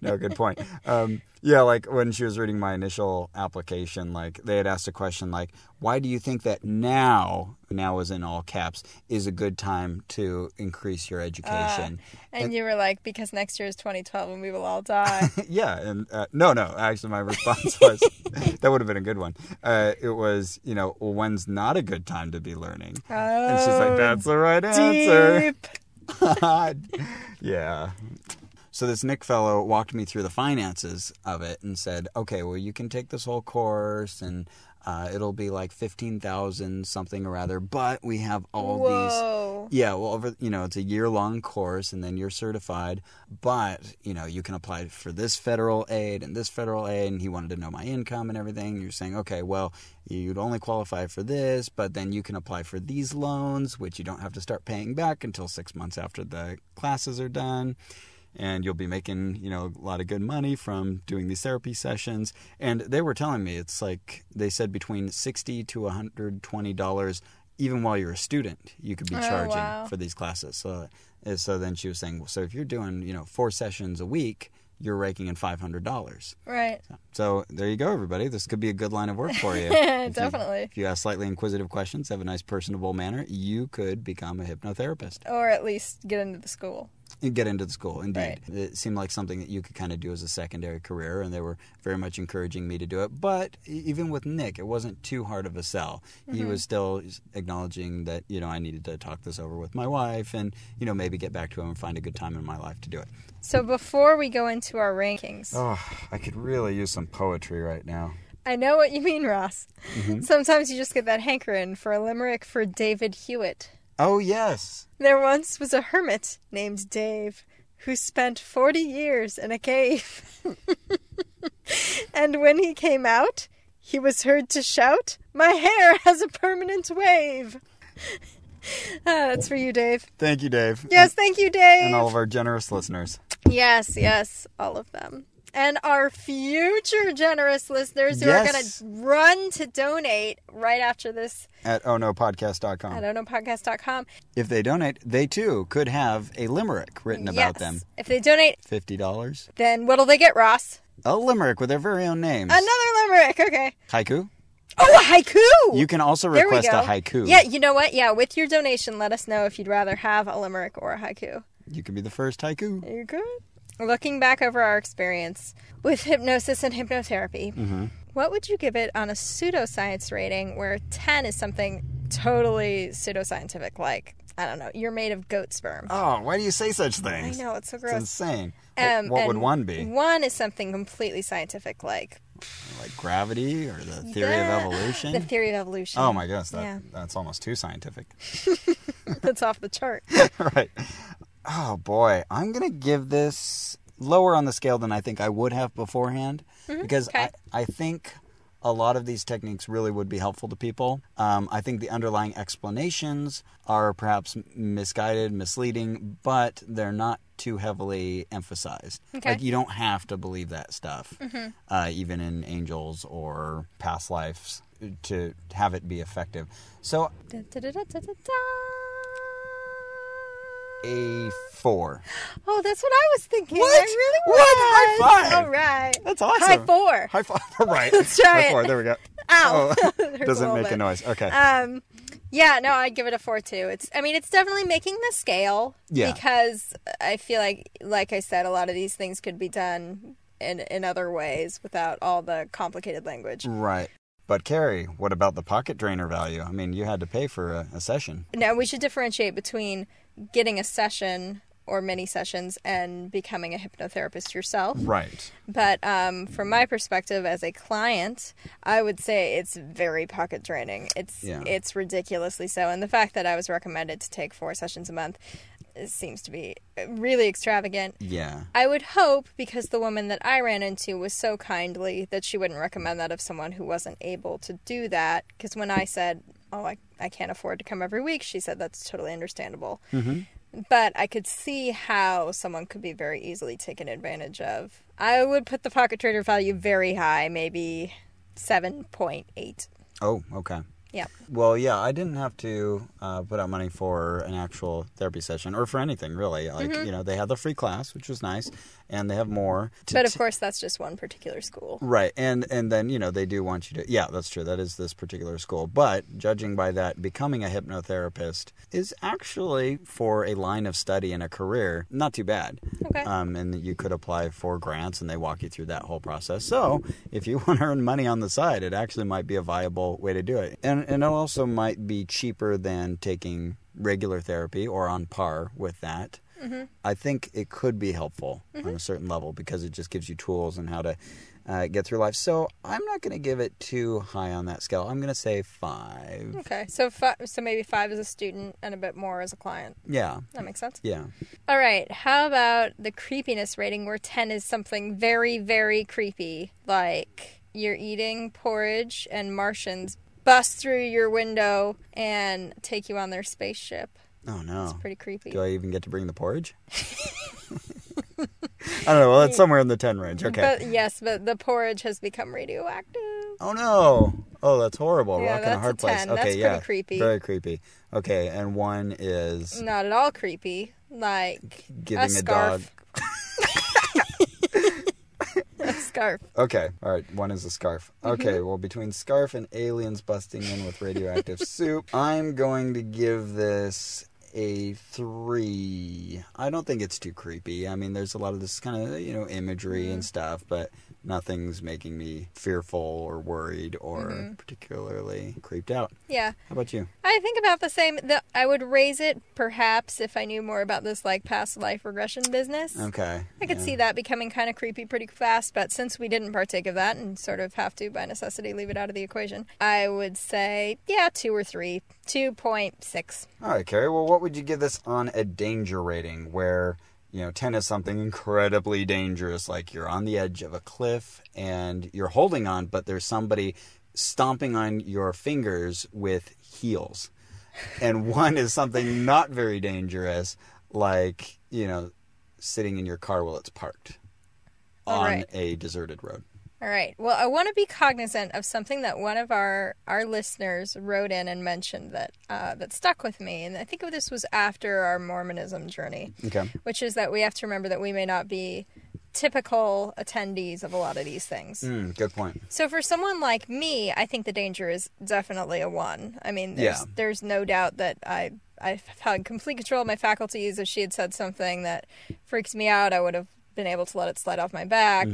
S1: no, good point. Um, yeah, like when she was reading my initial application, like they had asked a question like, "Why do you think that now, now is in all caps, is a good time to increase your education?"
S2: And you were like, because next year is 2012 and we will all die.
S1: yeah, and uh, no, no. Actually, my response was that would have been a good one. Uh, it was, you know, well, when's not a good time to be learning? and she's like,
S2: Oh,
S1: "That's the right answer."
S2: Deep.
S1: yeah. So this Nick fellow walked me through the finances of it and said, "Okay, well you can take this whole course and uh, it'll be like fifteen thousand something or other, but we have all these."
S2: Whoa.
S1: Yeah, well, over you know, it's a year long course, and then you're certified. But you know, you can apply for this federal aid and this federal aid. And he wanted to know my income and everything. You're saying, okay, well, you'd only qualify for this, but then you can apply for these loans, which you don't have to start paying back until six months after the classes are done. And you'll be making, you know, a lot of good money from doing these therapy sessions. And they were telling me it's like they said between sixty to one hundred twenty dollars, even while you're a student, you could be
S2: Oh,
S1: charging
S2: wow.
S1: for these classes. So, uh, so then she was saying, well, so if you're doing you know four sessions a week, you're raking in five hundred dollars.
S2: Right.
S1: So there you go, everybody. This could be a good line of work for you. If you-
S2: Definitely.
S1: If you ask slightly inquisitive questions, have a nice personable manner, you could become a hypnotherapist
S2: Or at least get into the school.
S1: and get into the school. Indeed,
S2: Right.
S1: it seemed like something that you could kind of do as a secondary career, and they were very much encouraging me to do it. But e- even with Nick, it wasn't too hard of a sell.
S2: Mm-hmm.
S1: He was still acknowledging that you know I needed to talk this over with my wife, and you know maybe get back to him and find a good time in my life to do it.
S2: So before we go into our rankings,
S1: Oh, I could really use some poetry right now.
S2: I know what you mean, Ross.
S1: Mm-hmm.
S2: Sometimes you just get that hankering for a limerick for David Hewitt.
S1: Oh yes.
S2: There once was a hermit named Dave who spent 40 years in a cave. and when he came out, he was heard to shout, My hair has a permanent wave. Ah, that's for you, Dave.
S1: Thank you, Dave.
S2: Yes, thank you, Dave.
S1: And all of our generous listeners.
S2: Yes, yes, all of them. And our future generous listeners who
S1: Yes.
S2: are going to run to donate right after this
S1: At oh ohnopodcast.com.
S2: at onopodcast.com.
S1: If they donate, they too could have a limerick written about
S2: yes.
S1: them.
S2: If they donate,
S1: $50.
S2: then what'll they get, Ross?
S1: A limerick with their very own names.
S2: Another limerick. Okay.
S1: haiku.
S2: Oh, a haiku.
S1: You can also
S2: There we
S1: request
S2: go.
S1: a haiku.
S2: Yeah, you know what? Yeah, with your donation, let us know if you'd rather have a limerick or a haiku.
S1: You can be the first haiku.
S2: You good? Looking back over our experience with hypnosis and hypnotherapy,
S1: Mm-hmm.
S2: what would you give it on a pseudoscience rating where 10 is something totally pseudoscientific, like, I don't know, you're made of goat sperm?
S1: Oh, why do you say such
S2: I
S1: things?
S2: know, it's so
S1: It's
S2: gross. Um,
S1: insane. Wh- what would
S2: and
S1: one be?
S2: One is something completely scientific, like
S1: Like gravity or the theory
S2: the-
S1: of evolution?
S2: The theory of evolution.
S1: oh my goodness, that,
S2: Yeah.
S1: that's almost too scientific.
S2: That's off the chart.
S1: right. Oh boy, I'm gonna give this lower on the scale than I think I would have beforehand because
S2: Mm-hmm. okay.
S1: I, I think a lot of these techniques really would be helpful to people. Um, I think the underlying explanations are perhaps m- misguided, misleading, but they're not too heavily emphasized.
S2: Okay. Mm-hmm.
S1: Like you don't have to believe that stuff, uh, even in angels or past lives, to have it be effective. So
S2: Dun, dun, dun, dun, dun, dun, dun.
S1: a four.
S2: Oh, that's what I was thinking. I
S1: What?
S2: really was.
S1: What? High five.
S2: All right.
S1: That's awesome.
S2: High four.
S1: High five. Right.
S2: Let's try
S1: High
S2: it.
S1: four. There we go.
S2: Ow.
S1: Oh,
S2: Hurts a
S1: doesn't
S2: little
S1: make a
S2: bit.
S1: noise. Okay.
S2: Um, yeah, no, I give it a four too. It's, I mean, it's definitely making the scale.
S1: Yeah.
S2: Because I feel like, like I said, a lot of these things could be done in in other ways without all the complicated language.
S1: right. But Carrie, what about the pocket drainer value? I mean, you had to pay for a, a session.
S2: Now we should differentiate between getting a session or many sessions and becoming a hypnotherapist yourself.
S1: Right.
S2: But um, from my perspective as a client, I would say it's very pocket draining. It's
S1: Yeah.
S2: it's ridiculously so, and the fact that I was recommended to take four sessions a month it seems to be really extravagant.
S1: Yeah.
S2: I would hope because the woman that I ran into was so kindly that she wouldn't recommend that of someone who wasn't able to do that. Because when I said, "Oh, I, I can't afford to come every week," she said that's totally understandable. But I could see how someone could be very easily taken advantage of. I would put the pocket trader value very high, maybe seven point eight.
S1: Oh, okay.
S2: Yeah,
S1: Well, yeah, I didn't have to uh, put out money for an actual therapy session or for anything really. Like
S2: Mm-hmm.
S1: you know, they had the free class, which was nice, and they have more. To
S2: but of course that's just one particular school.
S1: Right, and and then you know they do want you to. Yeah, that's true. That is this particular school, but judging by that, becoming a hypnotherapist is actually for a line of study and a career not too bad.
S2: Okay.
S1: Um, and you could apply for grants, and they walk you through that whole process. So if you want to earn money on the side, it actually might be a viable way to do it, and and it also might be cheaper than taking regular therapy or on par with that. I think it could be helpful on a certain level because it just gives you tools and how to uh, get through life. So I'm not going to give it too high on that scale. I'm going to say five.
S2: Okay, so fi- so maybe five as a student and a bit more as a client.
S1: Yeah.
S2: That makes sense.
S1: Yeah.
S2: All right, how about the creepiness rating where 10 is something very, very creepy? Like you're eating porridge and Martians bust through your window and take you on their spaceship.
S1: Oh, no.
S2: Pretty creepy.
S1: Do I even get to bring the porridge? I don't know. Well, it's somewhere in the 10 range. Okay.
S2: But yes, but the porridge has become radioactive.
S1: Oh no! Oh, that's horrible.
S2: Yeah,
S1: Rock in a
S2: that's
S1: hard
S2: a
S1: place.
S2: 10.
S1: Okay,
S2: That's pretty
S1: yeah,
S2: creepy.
S1: Very creepy. Okay, and one is
S2: Not at all creepy. Like
S1: giving
S2: a scarf. a scarf.
S1: dog. Okay, all right. One is a scarf.
S2: Mm-hmm.
S1: Okay, well, between scarf and aliens busting in with radioactive soup, I'm going to give this a three. I don't think it's too creepy. I mean, there's a lot of this kind of you know imagery
S2: Mm-hmm.
S1: and stuff, but nothing's making me fearful or worried or
S2: Mm-hmm.
S1: particularly creeped out.
S2: Yeah.
S1: How about you?
S2: I think about the same. The, I would raise it perhaps if I knew more about this like past life regression business.
S1: Okay,
S2: I could
S1: yeah.
S2: see that becoming kind of creepy pretty fast, but since we didn't partake of that and sort of have to by necessity leave it out of the equation, I would say, yeah, two or three. 2.6.
S1: All right, Carrie. Well, what would you give this on a danger rating where, you know, 10 is something incredibly dangerous, like you're on the edge of a cliff and you're holding on, but there's somebody stomping on your fingers with heels. And one is something not very dangerous, like, you know, sitting in your car while it's parked
S2: All
S1: on
S2: right.
S1: a deserted road.
S2: All right. Well, I want to be cognizant of something that one of our, our listeners wrote in and mentioned that uh, that stuck with me, and I think this was after our Mormonism journey,
S1: Okay.
S2: which is that we have to remember that we may not be typical attendees of a lot of these things.
S1: Mm, good point.
S2: So for someone like me, I think the danger is definitely a one. I mean, there's
S1: Yeah.
S2: there's no doubt that I I had complete control of my faculties. If she had said something that freaks me out, I would have been able to let it slide off my back.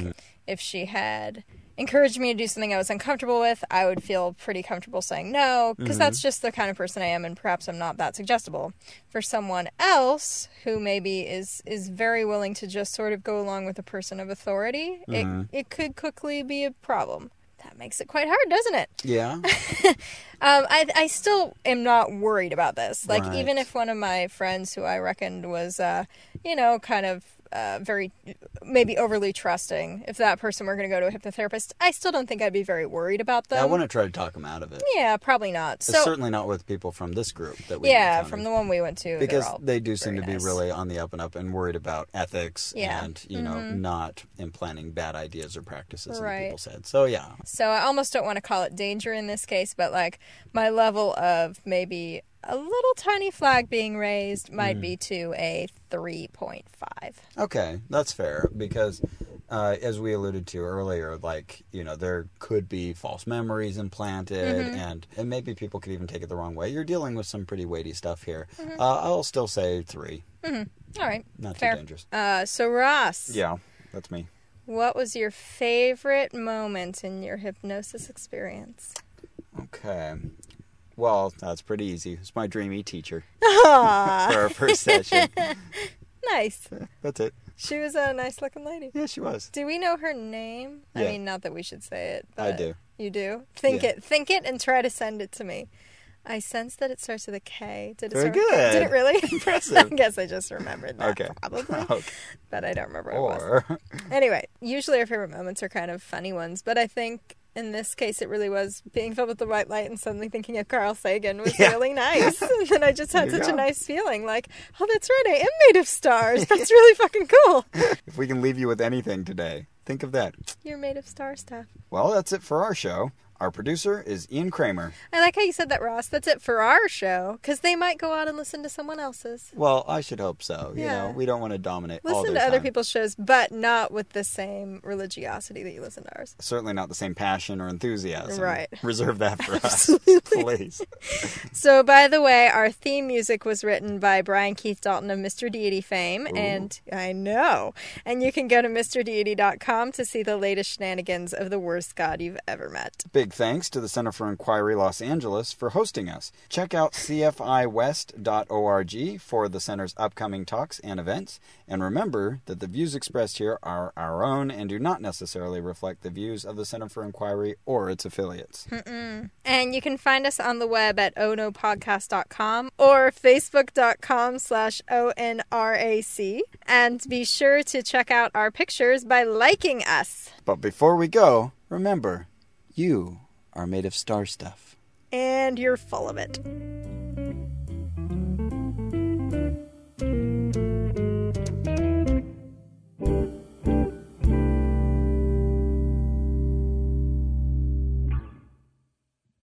S2: If she had encouraged me to do something I was uncomfortable with, I would feel pretty comfortable saying no because that's just the kind of person I am, and perhaps I'm not that suggestible. For someone else who maybe is is very willing to just sort of go along with a person of authority, it it could quickly be a problem. That makes it quite hard, doesn't it?
S1: Yeah.
S2: Um, I, I still am not worried about this. Like,
S1: Right.
S2: even if one of my friends who I reckoned was, uh, you know, kind of uh, very, maybe overly trusting, if that person were going to go to a hypnotherapist, I still don't think I'd be very worried about them.
S1: I want to try to talk them out of it.
S2: yeah, probably not.
S1: It's
S2: Um, So,
S1: certainly not with people from this group that we
S2: yeah,
S1: encountered.
S2: from the one we went to, they're
S1: because
S2: all
S1: they do seem
S2: very
S1: to be
S2: nice.
S1: really on the up and up and worried about ethics
S2: Yeah. Mm-hmm.
S1: and you know not implanting bad ideas or practices
S2: Right.
S1: in people's heads. So yeah,
S2: So I almost don't want to call it danger in this case, but like my level of maybe a little tiny flag being raised
S1: Hmm.
S2: might be to a 3.5.
S1: okay, that's fair because uh, as we alluded to earlier, like you know there could be false memories implanted
S2: Mm-hmm.
S1: and and maybe people could even take it the wrong way. You're dealing with some pretty weighty stuff here. Uh, I'll still say three,
S2: All right.
S1: not
S2: Mm-hmm. fair.
S1: too dangerous.
S2: Uh, so Ross,
S1: Yeah, that's me.
S2: what was your favorite moment in your hypnosis experience?
S1: Okay. Well, that's pretty easy. It's my dreamy teacher
S2: Ah,
S1: for our first session.
S2: nice.
S1: That's it.
S2: She was a nice looking lady.
S1: Yeah, she was.
S2: Do we know her name? I
S1: Yeah.
S2: mean, not that we should say it.
S1: I
S2: but-
S1: do.
S2: You do? Think
S1: Yeah.
S2: it. Think it and try to send it to me. I sense that it starts with a K. Did it
S1: Very
S2: start with a K? Did
S1: good.
S2: it really? I
S1: Impressive.
S2: guess I just remembered that
S1: Okay.
S2: probably,
S1: Okay.
S2: but I don't remember what it was.
S1: Or
S2: Anyway, usually our favorite moments are kind of funny ones, but I think in this case it really was being filled with the white light and suddenly thinking of Carl Sagan was
S1: Yeah.
S2: really nice. and then I just had
S1: There you
S2: such a
S1: go.
S2: nice feeling like, oh, that's right, I am made of stars. That's really fucking cool.
S1: if we can leave you with anything today, think of that.
S2: You're made of star stuff.
S1: Well, that's it for our show. Our producer is Ian Kramer.
S2: I like how you said that, Ross. That's it for our show because they might go out and listen to someone else's.
S1: Well, I should hope so. You
S2: Yeah.
S1: know, we don't want to dominate all
S2: Listen
S1: their
S2: to other
S1: time.
S2: people's shows, but not with the same religiosity that you listen to ours.
S1: Certainly not the same passion or enthusiasm.
S2: Right.
S1: Reserve that for us, please.
S2: So, by the way, our theme music was written by Brian Keith Dalton of Mr. Deity fame, and I know. And you can go to MrDeity.com to see the latest shenanigans of the worst god you've ever met.
S1: Big thanks to the Center for Inquiry Los Angeles for hosting us. Check out cfiwest.org for the center's upcoming talks and events. And remember that the views expressed here are our own and do not necessarily reflect the views of the Center for Inquiry or its affiliates.
S2: And you can find us on the web at onopodcast.com or facebook.com slash onrac. And be sure to check out our pictures by liking us.
S1: but before we go, remember, you are made of star stuff.
S2: And you're full of it.